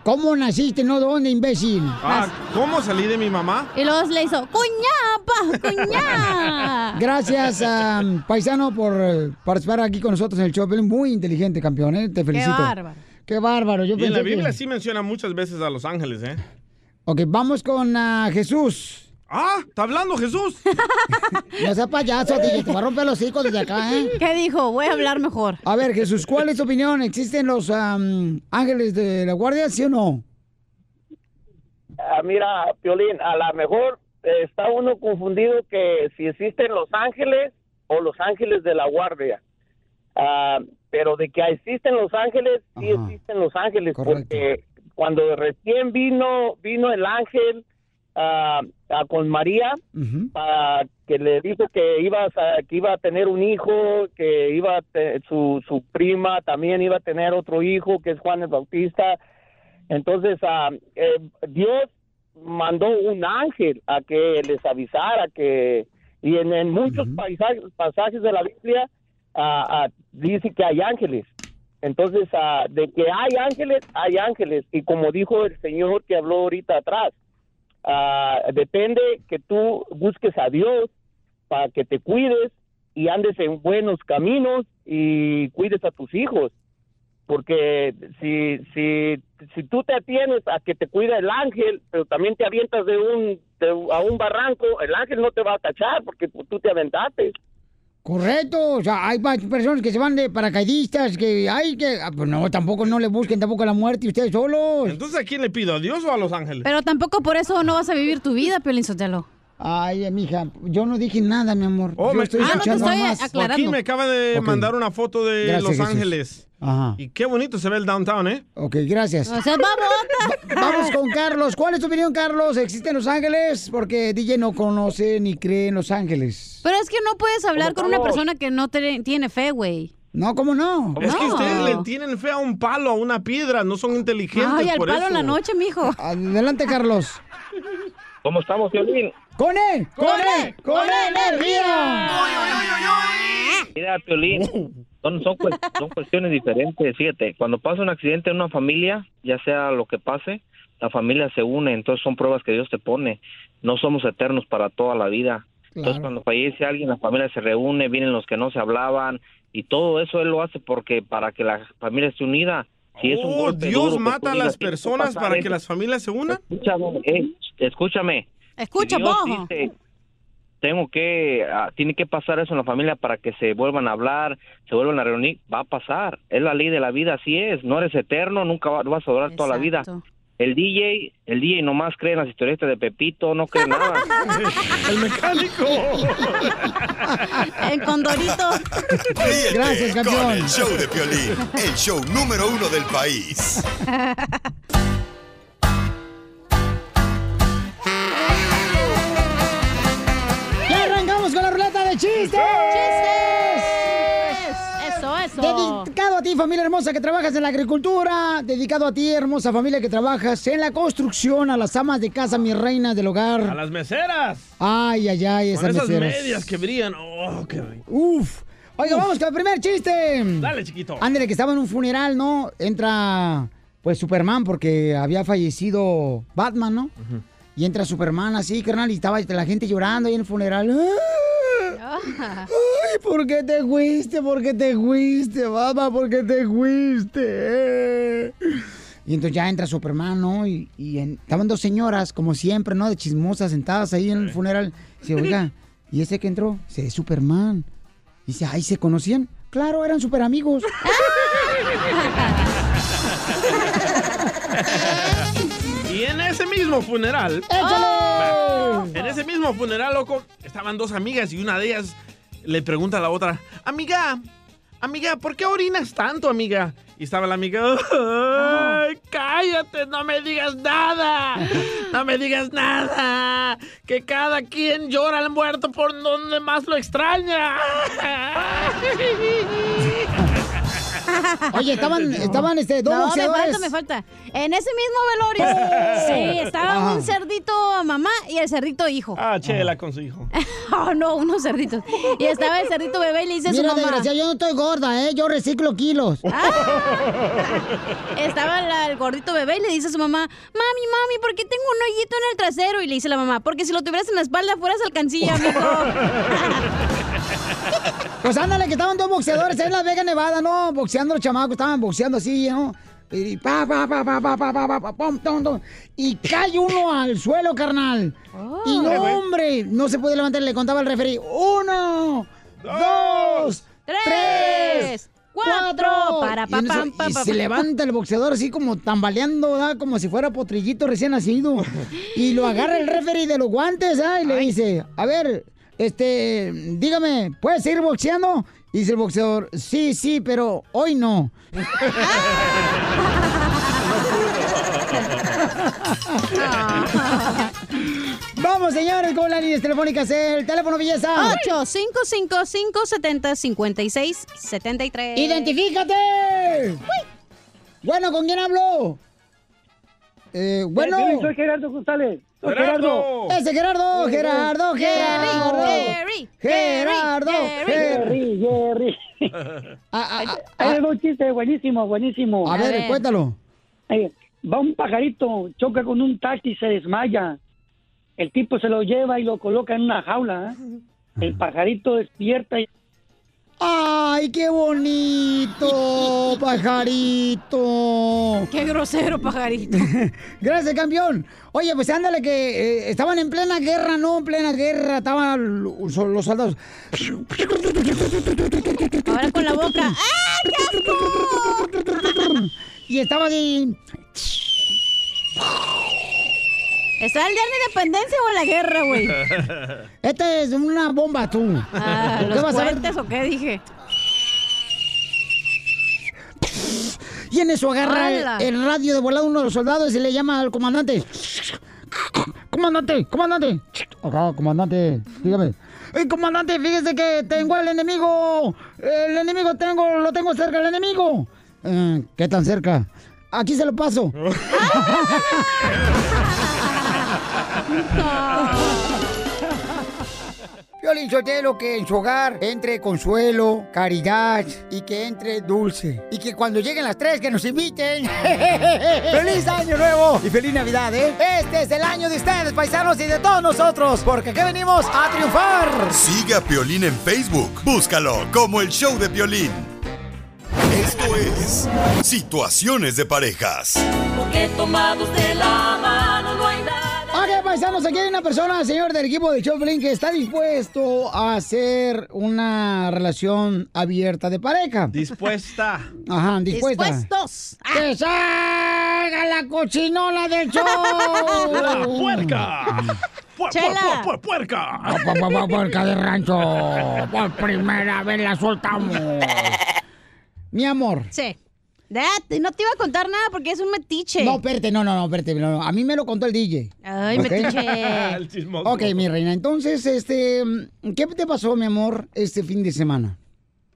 ¿Cómo naciste? No, ¿dónde, imbécil?
Ah, ¿Cómo salí de mi mamá?
Y luego le hizo, cuñapa, cuñá.
(laughs) Gracias, am, paisano, por eh, participar aquí con nosotros en el show. Muy inteligente, campeón, ¿eh? Te felicito.
bárbaro.
Qué bárbaro. Yo
Y en la
pensé que-
Biblia sí menciona muchas veces a los ángeles, ¿eh?
Ok, vamos con ah, Jesús.
¡Ah! ¡Está hablando Jesús!
No
(laughs)
seas payaso, DJ, te va a romper los hijos desde acá, ¿eh?
¿Qué dijo? Voy a hablar mejor.
A ver, Jesús, ¿cuál es tu opinión? ¿Existen los am, ángeles de la guardia, sí o no?
Ah, mira, Piolín, a lo mejor eh, está uno confundido que si existen los ángeles o los ángeles de la guardia. Ah, pero de que existen los ángeles, sí existen los ángeles, porque cuando recién vino, vino el ángel ah, ah, con María, para que le dijo que iba a, que iba a tener un hijo, que iba a te- su, su prima también iba a tener otro hijo, que es Juan el Bautista. Entonces, ah, eh, Dios mandó un ángel a que les avisara que, y en, en muchos paisajes- pasajes de la Biblia ah, ah, dice que hay ángeles. Entonces, ah, de que hay ángeles, hay ángeles. Y como dijo el Señor que habló ahorita atrás, Ah, depende que tú busques a Dios para que te cuides y andes en buenos caminos y cuides a tus hijos. Porque si, si, si tú te atienes a que te cuida el ángel, pero también te avientas de un, de- a un barranco, el ángel no te va a tachar porque tú te aventaste.
Correcto, o sea, hay pa- personas que se van de paracaidistas, que hay que... ah, pues no, tampoco no le busquen tampoco la muerte ustedes solos.
Entonces, ¿a quién le pido? ¿A Dios o a los ángeles?
Pero tampoco por eso no vas a vivir tu vida, Piolín Sotelo.
Ay, mija, yo no dije nada, mi amor.
Oh,
yo
me-
estoy escuchando nomás.
Joaquín me acaba de mandar una foto de
Gracias,
Los
Jesús.
Ángeles.
Ajá.
Y qué bonito se ve el downtown, ¿eh?
Ok, gracias.
O sea, vamos.
Vamos con Carlos. ¿Cuál es tu opinión, Carlos? ¿Existen Los Ángeles? Porque DJ no conoce ni cree en Los Ángeles.
Pero es que no puedes hablar
¿Cómo
con una
estamos?
persona que no te- tiene fe, güey.
No, ¿cómo no?
Es que
No.
ustedes le tienen fe a un palo, a una piedra, no son inteligentes
Ay, al
por
palo
eso.
en la noche, mijo.
Adelante, Carlos.
¿Cómo estamos, Piolín?
¡Con él!
¡Con él!
¡Con
Mira, Piolín, son, son, cues- son cuestiones diferentes. Fíjate, cuando pasa un accidente en una familia, ya sea lo que pase, la familia se une, entonces son pruebas que Dios te pone. No somos eternos para toda la vida. Entonces, cuando fallece alguien, la familia se reúne, vienen los que no se hablaban, y todo eso Él lo hace porque para que la familia esté unida. Si es un
Oh,
golpe
Dios
duro que tú
mata a
digas,
las
"Esto
personas
pasa,
para
eh".
que las familias se unan.
Escúchame, eh, escúchame.
Escucha,
Dios
bojo.
dice, tengo que, ah, tiene que pasar eso en la familia para que se vuelvan a hablar, se vuelvan a reunir. Va a pasar. Es la ley de la vida, así es. No eres eterno, nunca va- vas a durar toda la vida. El DJ, el DJ nomás cree en las historietas de Pepito, no cree en nada.
el mecánico.
El
(laughs)
condorito.
Ríete
Gracias, campeón.
Con el show de Piolín, el show número uno del país.
¡Ya arrancamos con la ruleta de chistes! ¡Chistes!
Eso, eso.
Dedicado a ti, familia hermosa que trabajas en la agricultura. Dedicado a ti, hermosa familia que trabajas en la construcción. A las amas de casa, mis reinas del
A
hogar.
las meseras.
Ay, ay, ay,
Con
esas,
esas
meseras.
medias que brillan. Oh, qué rico.
Uf. Oiga, vamos con el primer chiste.
Dale, chiquito.
Ándale, que estaba en un funeral, ¿no? Entra, pues, Superman, porque había fallecido Batman, ¿no? Y entra Superman así, carnal, y estaba la gente llorando ahí en el funeral. ¡Ah! ¡Ay, por qué te fuiste! ¿Por qué te fuiste, Batman? ¿Por qué te fuiste? Y entonces ya entra Superman, ¿no? Y, y en- estaban dos señoras, como siempre, ¿no? De chismosas, sentadas ahí en el funeral. Dice, oiga, ¿y ese que entró? Dice, es Superman. Dice, ay, ¿se conocían? Claro, eran super amigos.
Y en ese mismo funeral.
¡Échale!
En ese mismo funeral, loco, estaban dos amigas y una de ellas le pregunta a la otra: Amiga, amiga, ¿por qué orinas tanto, amiga? Y estaba la amiga: "Ay, ¡Cállate! ¡No me digas nada! ¡No me digas nada! ¡Que cada quien llora al muerto por donde más lo extraña!
(laughs) Oye, estaban, estaban este, dos
no, me
boxeadores.
falta, me falta. En ese mismo velorio.
Oh.
(laughs)
Sí, estaba
Ajá.
un cerdito mamá y el cerdito hijo.
Ah, chela con su hijo.
(laughs) Oh, no, unos cerditos. Y estaba el cerdito bebé y le dice a su
Mira,
mamá.
desgraciada, yo no estoy gorda, ¿eh? Yo reciclo kilos.
Ah. Estaba la- el gordito bebé y le dice a su mamá, mami, mami, ¿por qué tengo un hoyito en el trasero? Y le dice la mamá, porque si lo tuvieras en la espalda fueras alcancilla, amigo.
Pues ándale, que estaban dos boxeadores ahí en la Vega Nevada, ¿no? Boxeando los chamacos, estaban boxeando así, ¿no? Y pa, pa, pa, pa, pa, pa, pa, pa, pa, pom, tom, tom. Y cae uno al suelo, carnal. Y no, hombre, no se puede levantar, le contaba el referí. Uno, dos, tres.
cuatro. Para,
Y en
pa,
eso-
pam, pa,
y
pa,
se
pa.
levanta el boxeador así como tambaleando, ¿verdad? como si fuera potrillito
(laughs)
recién nacido. Y lo agarra el referee de los guantes ¿verdad? y le dice, a ver, este, dígame, ¿puedes seguir boxeando? Y dice el boxeador, sí, sí, pero hoy no. (laughs) Vamos, señores, con las líneas telefónicas. eh, El teléfono belleza.
855-570-5673.
¡Identifícate! Bueno, ¿con quién hablo? Eh, bueno.
Eh, Piolín,
soy Gerardo González.
Soy Gerardo. Gerardo.
Ese Gerardo,
Jerry,
Gerardo, Gerardo.
Jerry,
Gerardo,
Jerry,
Jerry.
Jerry.
(laughs)
Ahí va un chiste buenísimo, buenísimo.
A ver, A ver. cuéntalo.
Eh, va un pajarito, choca con un taxi, se desmaya. El tipo se lo lleva y lo coloca en una jaula. ¿eh? El pajarito despierta y
¡Ay, qué bonito, pajarito!
¡Qué grosero, pajarito!
(laughs) Gracias, campeón. Oye, pues ándale, que eh, estaban en plena guerra, no, en plena guerra, estaban los, los soldados.
Ahora con la
(laughs)
boca.
Y estaba así.
¿Está el día de la independencia o en la guerra, güey?
Esta es una bomba, tú.
Ah,
¿Qué
¿Los
vas a ver?
puentes o qué dije?
Y en eso agarra
¡Hala!
el, el radio de volado uno de los soldados y le llama al comandante. Comandante, comandante. Acá, comandante, dígame. "Eh, comandante, fíjese que tengo al enemigo. El enemigo tengo, lo tengo cerca, el enemigo. "Eh, ¿Qué tan cerca? Aquí se lo paso. (laughs)
Ah,
Piolín Sotelo, que en su hogar entre consuelo, caridad y que entre dulce. Y que cuando lleguen las tres, que nos inviten. ¡Feliz Año Nuevo! Y feliz Navidad, ¿eh? Este es el año de ustedes, paisanos, y de todos nosotros, porque aquí venimos a triunfar.
Sigue a Piolín en Facebook. Búscalo como el show de Piolín. Esto es Situaciones de Parejas.
Porque tomados de la mano no hay nada.
Ok, paisanos, aquí hay una persona, señor del equipo de Choplin, que está dispuesto a hacer una relación abierta de pareja.
Dispuesta.
Ajá, dispuesta. (laughs)
Dispuestos.
¡Que salga la cochinola del show!
¡La puerca!
(laughs)
¡Puer, puer,
Chela.
puer, puer, puerca!
Pa, pa, pa, pa, Puerca de rancho, por primera vez la soltamos. Mi amor.
Sí. Date, no te iba a contar nada porque es un metiche.
No, espérate, no, no, no, espérate. no, no, A mí me lo contó el DJ.
Ay,
¿ok? (laughs)
metiche. El
chismoso.
Ok, mi reina. Entonces, este, ¿qué te pasó, mi amor, este fin de semana?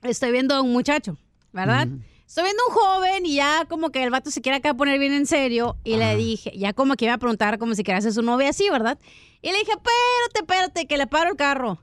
Estoy viendo a un muchacho, ¿verdad? Estoy viendo a un joven y ya como que el vato se quiere acá poner bien en serio. Y le dije, ya como que iba a preguntar como si quería ser su novia así, ¿verdad? Y le dije, espérate, espérate, que le paro el carro.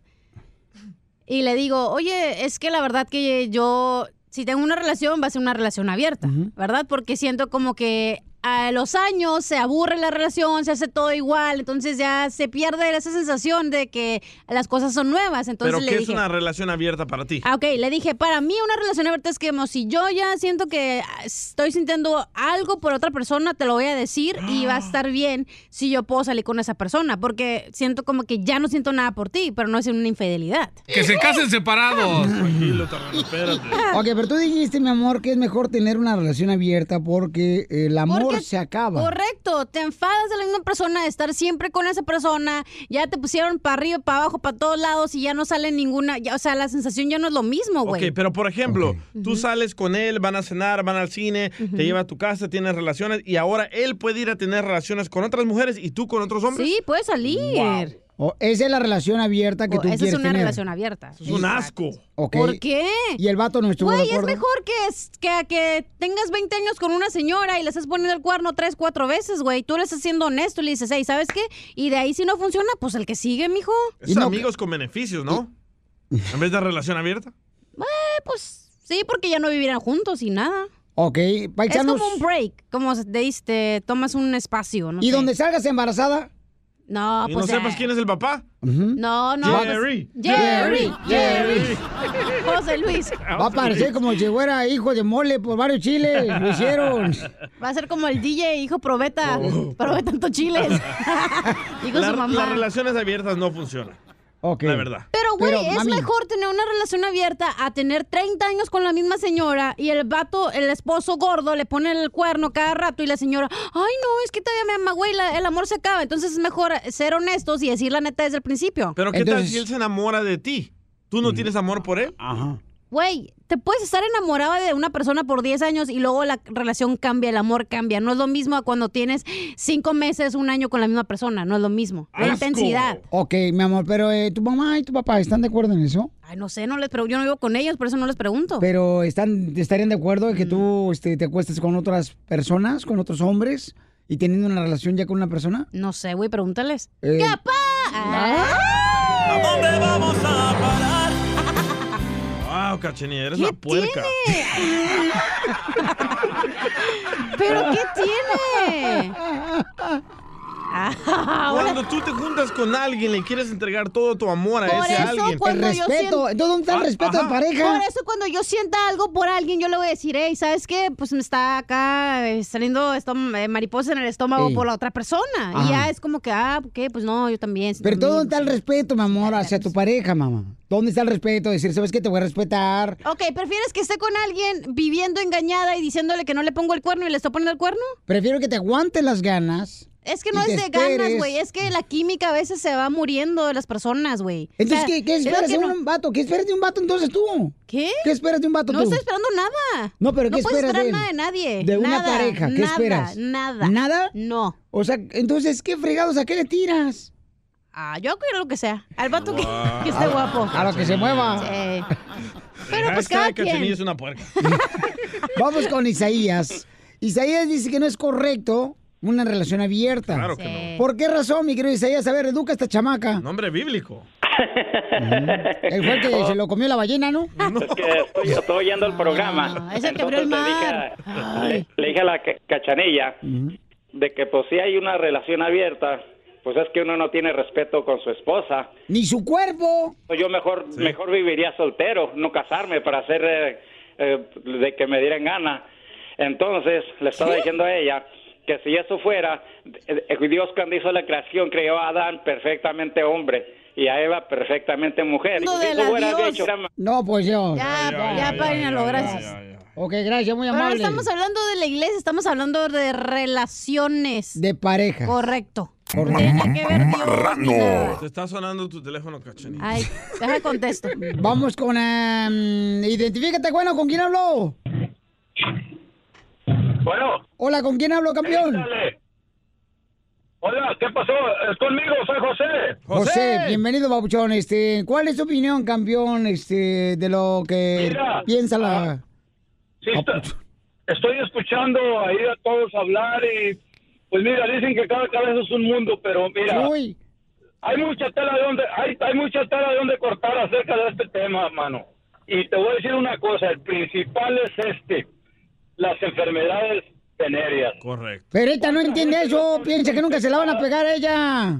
Y le digo, oye, es que la verdad que yo, si tengo una relación, va a ser una relación abierta, ¿verdad? Porque siento como que a los años se aburre la relación, se hace todo igual, entonces ya se pierde esa sensación de que las cosas son nuevas. Entonces
¿Pero
le
qué es
dije,
una relación abierta para ti?
Ah, ok, le dije, para mí una relación abierta es que como si yo ya siento que ah, estoy sintiendo algo por otra persona, te lo voy a decir y va a estar bien si yo puedo salir con esa persona, porque siento como que ya no siento nada por ti, pero no es una infidelidad.
Que se casen separados.
(laughs) Tranquilo, Tarrano, espérate.
Ok, pero tú dijiste, mi amor, que es mejor tener una relación abierta porque el amor
Porque-
se acaba.
Correcto, te enfadas de la misma persona, de estar siempre con esa persona, ya te pusieron para arriba, para abajo, para todos lados y ya no sale ninguna, ya, o sea, la sensación ya no es lo mismo, güey.
Ok, pero por ejemplo, tú sales con él, van a cenar, van al cine, te lleva a tu casa, tienes relaciones y ahora él puede ir a tener relaciones con otras mujeres y tú con otros hombres.
Sí, pues. puedes salir.
O Oh, esa es la relación abierta que
O- Oh,
tú
esa es
quieres
una
tener.
relación abierta.
Es un asco.
Ok.
¿Por qué?
Y el vato no estuvo
Güey,
de
es
acuerdo.
mejor que, es- que, que tengas 20 años con una señora y le estás poniendo el cuerno tres, cuatro veces, güey. Tú le estás siendo honesto y le dices, hey, ¿sabes qué? Y de ahí si no funciona, pues el que sigue, mijo.
Es amigos con beneficios, ¿no? En vez de relación abierta.
Eh, pues sí, porque ya no vivirán juntos y nada.
Ok, paisanos.
Es como un break, como se- te dices, te tomas un espacio, ¿no?
¿Y
sé.
donde salgas embarazada?
No,
y no
pues... eh,
sepas quién es el papá.
No, no. pues-
Jerry.
Jerry.
Jerry.
Jerry. José Luis.
Va a parecer como si fuera hijo de mole por varios chiles. Lo hicieron.
Va a ser como el DJ, hijo probeta. Probeta tanto chiles.
(laughs)
Dijo
Oh. La-
su mamá.
Las relaciones abiertas no funcionan.
Ok.
La verdad.
Pero, güey,
Pero,
es
mami.
mejor tener una relación abierta a tener 30 años con la misma señora y el vato, el esposo gordo, le pone el cuerno cada rato y la señora, ay, no, es que todavía me ama, güey, la- el amor se acaba. Entonces es mejor ser honestos y decir la neta desde el principio.
Pero qué tal si él se enamora de ti? ¿Tú no tienes amor por él?
Ajá.
Güey, te puedes estar enamorada de una persona por 10 años y luego la relación cambia, el amor cambia. No es lo mismo a cuando tienes 5 meses, un año con la misma persona. No es lo mismo. (laughs) La intensidad.
Ok, mi amor, pero eh, tu mamá y tu papá están de acuerdo en eso.
Ay, no sé, no les pregunto. Yo no vivo con ellos, por eso no les pregunto.
Pero están, estarían de acuerdo en que tú este, te acuestes con otras personas, con otros hombres y teniendo una relación ya con una persona.
No sé, güey, pregúntales.
Eh,
¡Capaz! Ah.
¿A dónde vamos a parar?
Wow, cachenilla, eres la puerca.
¿Pero qué tiene? Ah,
Cuando tú te juntas con alguien, le quieres entregar todo tu amor a
Por
ese
eso
alguien.
cuando yo sienta-
Ah, ajá.
Por eso cuando yo sienta algo por alguien, yo le voy a decir, hey, ¿sabes qué? Pues me está acá eh, saliendo estom- eh, mariposa en el estómago
Ey.
por la otra persona.
Ajá.
Y ya es como que, ah, ¿qué? Pues no, yo también.
Pero
también.
¿dónde está el respeto, mi amor, hacia tu pareja, mamá? ¿Dónde está el respeto? Decir, ¿sabes qué? Te voy a respetar.
Ok, ¿prefieres que esté con alguien viviendo engañada y diciéndole que no le pongo el cuerno y le estoy poniendo el cuerno?
Prefiero que te aguantes las ganas.
Es que no
Y te
es de ganas,
esperes.
güey. Es que la química a veces se va muriendo de las personas, güey.
Entonces,
O sea,
¿qué, qué
es lo
esperas
que
de
no-
un vato? ¿Qué esperas de un vato entonces tú?
¿Qué?
¿Qué esperas de un vato
No
tú?
estoy esperando nada.
No, pero ¿qué
puedes
esperas
esperar nada
de él?
de nadie.
De una
Nada,
pareja, ¿qué
nada,
esperas?
Nada.
¿Nada?
No.
O sea, entonces, ¿qué fregados? ¿A qué le tiras?
Ah, yo quiero lo que sea. Al vato que, que esté guapo.
A lo que se mueva.
Sí. Pero pues
Hashtag
cada
Cachanilla
quien.
es una (laughs) puerca.
(laughs) Vamos con Isaías. Isaías dice que no es correcto una relación abierta.
Claro que no. Sí.
¿Por qué razón, mi querido Isaías? A ver, educa a esta chamaca.
Nombre bíblico.
Él fue el que se lo comió la ballena, Pues, ¿no?
Es que estoy, estoy oyendo el programa.
ese quebró el
Entonces
mar.
Le dije, a- le- le dije a la ca- cachanilla de que pues si hay una relación abierta, pues es que uno no tiene respeto con su esposa.
Ni su cuerpo.
Pues Yo mejor mejor viviría soltero, no casarme para hacer eh, eh, de que me dieran gana. Entonces le estaba diciendo a ella que si eso fuera, eh, eh, Dios cuando hizo la creación creó a Adán perfectamente hombre y a Eva perfectamente mujer. Y
No,
si
de
eso
la
fuera
Dios.
hecho, era
No, pues yo.
Ya, ya, ya, párenlo, gracias.
Ok, gracias, muy
Pero no
amable.
estamos hablando de la iglesia, estamos hablando de relaciones.
De pareja.
Correcto.
Marrano. Te está sonando tu teléfono, cachanilla.
Ay, deja contesto.
Vamos con... em, identifícate, bueno, ¿con quién habló?
Bueno,
Hola, ¿con quién hablo, campeón?
hola, ¿qué pasó? Es conmigo, soy José.
José, bienvenido, Babuchón. Este, ¿Cuál es tu opinión, campeón, este, de lo que
Mira, Ah.
piensa la...
Sí, está- estoy escuchando ahí a todos hablar y pues mira, dicen que cada cabeza es un mundo, pero mira,
Uy.
hay mucha tela de donde hay, hay mucha tela de donde cortar acerca de este tema, mano. Y te voy a decir una cosa, el principal es este, las enfermedades venéreas.
Correcto.
Pero esta no entiende eso, piensa que nunca se la van a pegar a ella.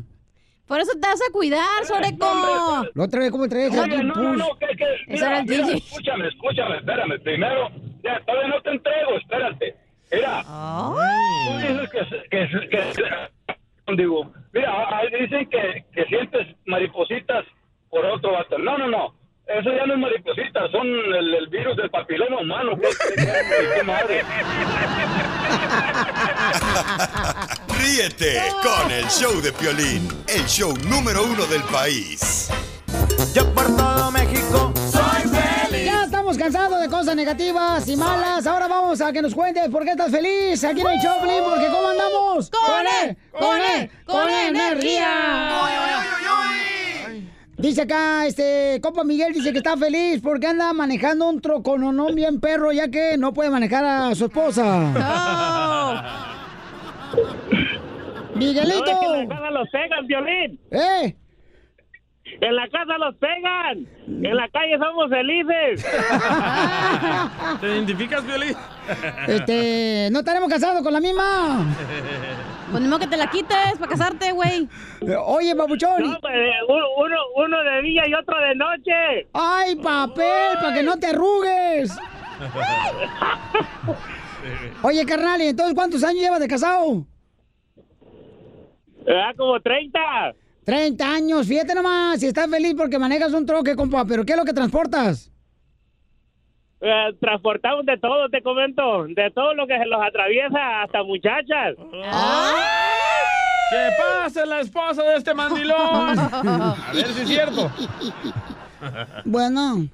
Por eso te vas a cuidar, Soreco.
La otra vez, ¿cómo traes a tu
Oye, no, no,
pus?
no, que, que,
Ese era
mira,
el
mira,
DJ.
escúchame, escúchame, espérame, primero, ya, todavía no te entrego, espérate, mira, tú dices que, se- que, se- que, se- digo, mira, ahí dicen que, que sientes maripositas por otro vato, no, no, no, eso ya no es maripositas, son el, el virus del papiloma humano, que, que- que madre.
Ríete con el show de Piolín, el show número uno del país. Yo por todo México soy
Ya estamos cansados de cosas negativas y malas. Ahora vamos a que nos cuentes por qué estás feliz aquí en el Choplin, porque ¿cómo andamos?
¡Uh! ¡Con
él!
E, con E, con E energía.
Dice acá, este, compa Miguel dice que está feliz porque anda manejando un trocononón bien perro, ya que no puede manejar a su
(laughs)
esposa.
Miguelito.
No, es que
en la casa los pegan, violín.
¡Eh!
En la casa los pegan. En la calle somos
(laughs)
felices. (laughs)
¿Te identificas, Violín?
Este, no estaremos casados con la misma.
Ponemos Pues que te la quites para casarte, güey.
Oye, papuchón.
No,
Eh, uno, de día y otro de noche.
¡Ay, papel! ¡Para que no te arrugues! Oye, carnal, ¿y entonces cuántos años llevas de casado?
Ah, como 30.
30 años, fíjate nomás, si estás feliz porque manejas un troque, compa, pero ¿qué es lo que transportas?
Eh, transportamos de todo, te comento. De todo lo que se los atraviesa, hasta muchachas.
¡Que pase la esposa de este mandilón! A ver si es
(laughs)
cierto.
Ah.
Bueno.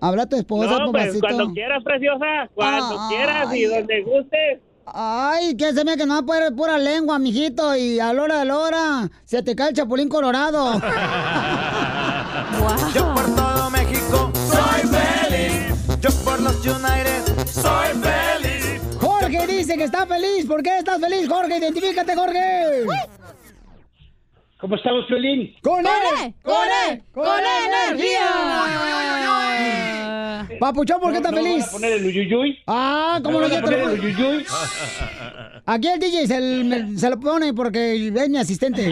Habla tu esposa,
no, pues
papacito.
cuando quieras, preciosa. Cuando
Ah,
quieras y
ay.
donde gustes.
Ay, que se me que no va a poder pura lengua, mijito, y a la hora de la hora se te cae el chapulín
(laughs)
colorado.
(laughs) Yo por todo México soy feliz. Yo por los United soy feliz.
Jorge dice que está feliz. ¿Por qué estás feliz, Jorge? Identifícate, Jorge.
¿Cómo estamos, Piolín?
¡Con
él! ¡Con él! ¡Con
Ah.
energía!
Papuchón, ¿por qué estás
no
feliz?
van a poner el uyuyuy?
Ah, ¿cómo no
¿No
ya
van
te
a
lo
poner el
(laughs)
pongo? Aquí el DJ se, l- me- se lo pone porque es mi
(laughs)
asistente.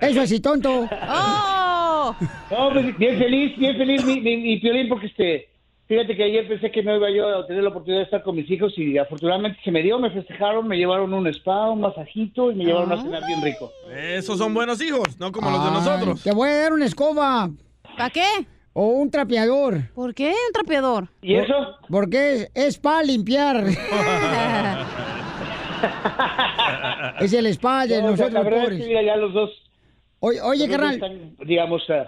Eso así, tonto.
¡Oh!
No, pues, bien feliz, bien feliz, mi, mi, mi Piolín, porque este, fíjate que ayer pensé que no iba yo a tener la oportunidad de estar con mis hijos y afortunadamente se me dio, me festejaron, me llevaron un spa, un masajito y me llevaron
Ah.
Ah.
a cenar bien rico.
Esos son buenos hijos, no como los de nosotros.
Te voy a dar una escoba.
¿Para qué?
O un trapeador.
¿Por qué un trapeador?
¿Y eso?
Porque es, para
(laughs)
limpiar. es el spa de
No, o sea,
nosotros
la verdad es
pobres.
que, mira, ya los dos.
Oye, oye,
los dos
carnal.
están, digamos, ah,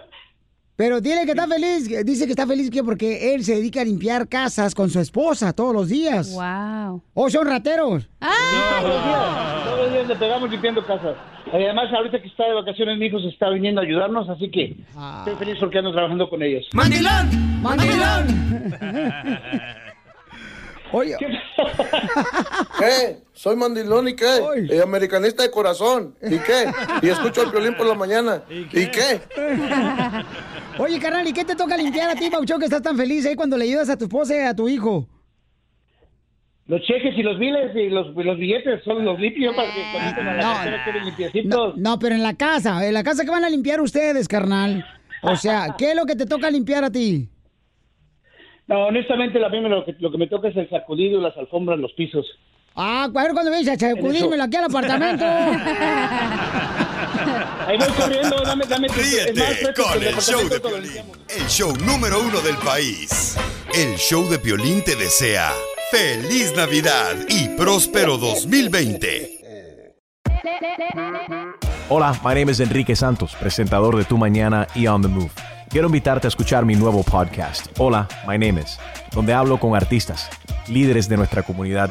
Pero dile que está feliz, que- dice que está feliz que porque él se dedica a limpiar casas con su esposa todos los días.
Wow.
Oh, son rateros.
Todos
(laughs)
los días, todos los días le pegamos limpiando casas. Y además, ahorita que está de vacaciones, mi hijo se está viniendo a ayudarnos, así que
Ah.
estoy feliz porque ando trabajando con ellos.
¡Mandilón!
(laughs)
Oye.
(laughs) ¿Qué? Soy mandilón y qué? Eh, americanista de corazón. ¿Y qué? Y escucho el violín por la mañana. ¿Y qué?
Oye, carnal, ¿y qué te toca limpiar a ti, Pauchón, que estás tan feliz ahí cuando le ayudas a tu esposa y a tu hijo?
Los cheques y los biles y los, y los billetes son los limpios para que cuando entren a la cartera queden
Eh, No,
limpiecitos.
no, pero en la casa, en la casa que van a limpiar ustedes, carnal. O sea, ¿qué es lo que te toca limpiar a ti?
No, honestamente, la primera lo que, lo que me toca es el sacudido, las alfombras, los pisos.
Ah, a ver cuando vienes a sacudírmelo aquí al apartamento.
Ahí voy corriendo, dame, dame. es más,
Ríete
vete,
con
que
el
lo
show de
protejo todo el
Piolín, el show número uno del país. El show de Piolín te desea feliz Navidad y próspero 2020.
Hola, my name is Enrique Santos, presentador de Tu Mañana y On the Move. Quiero invitarte a escuchar mi nuevo podcast, Hola, my name is, donde hablo con artistas, líderes de nuestra comunidad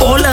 Hola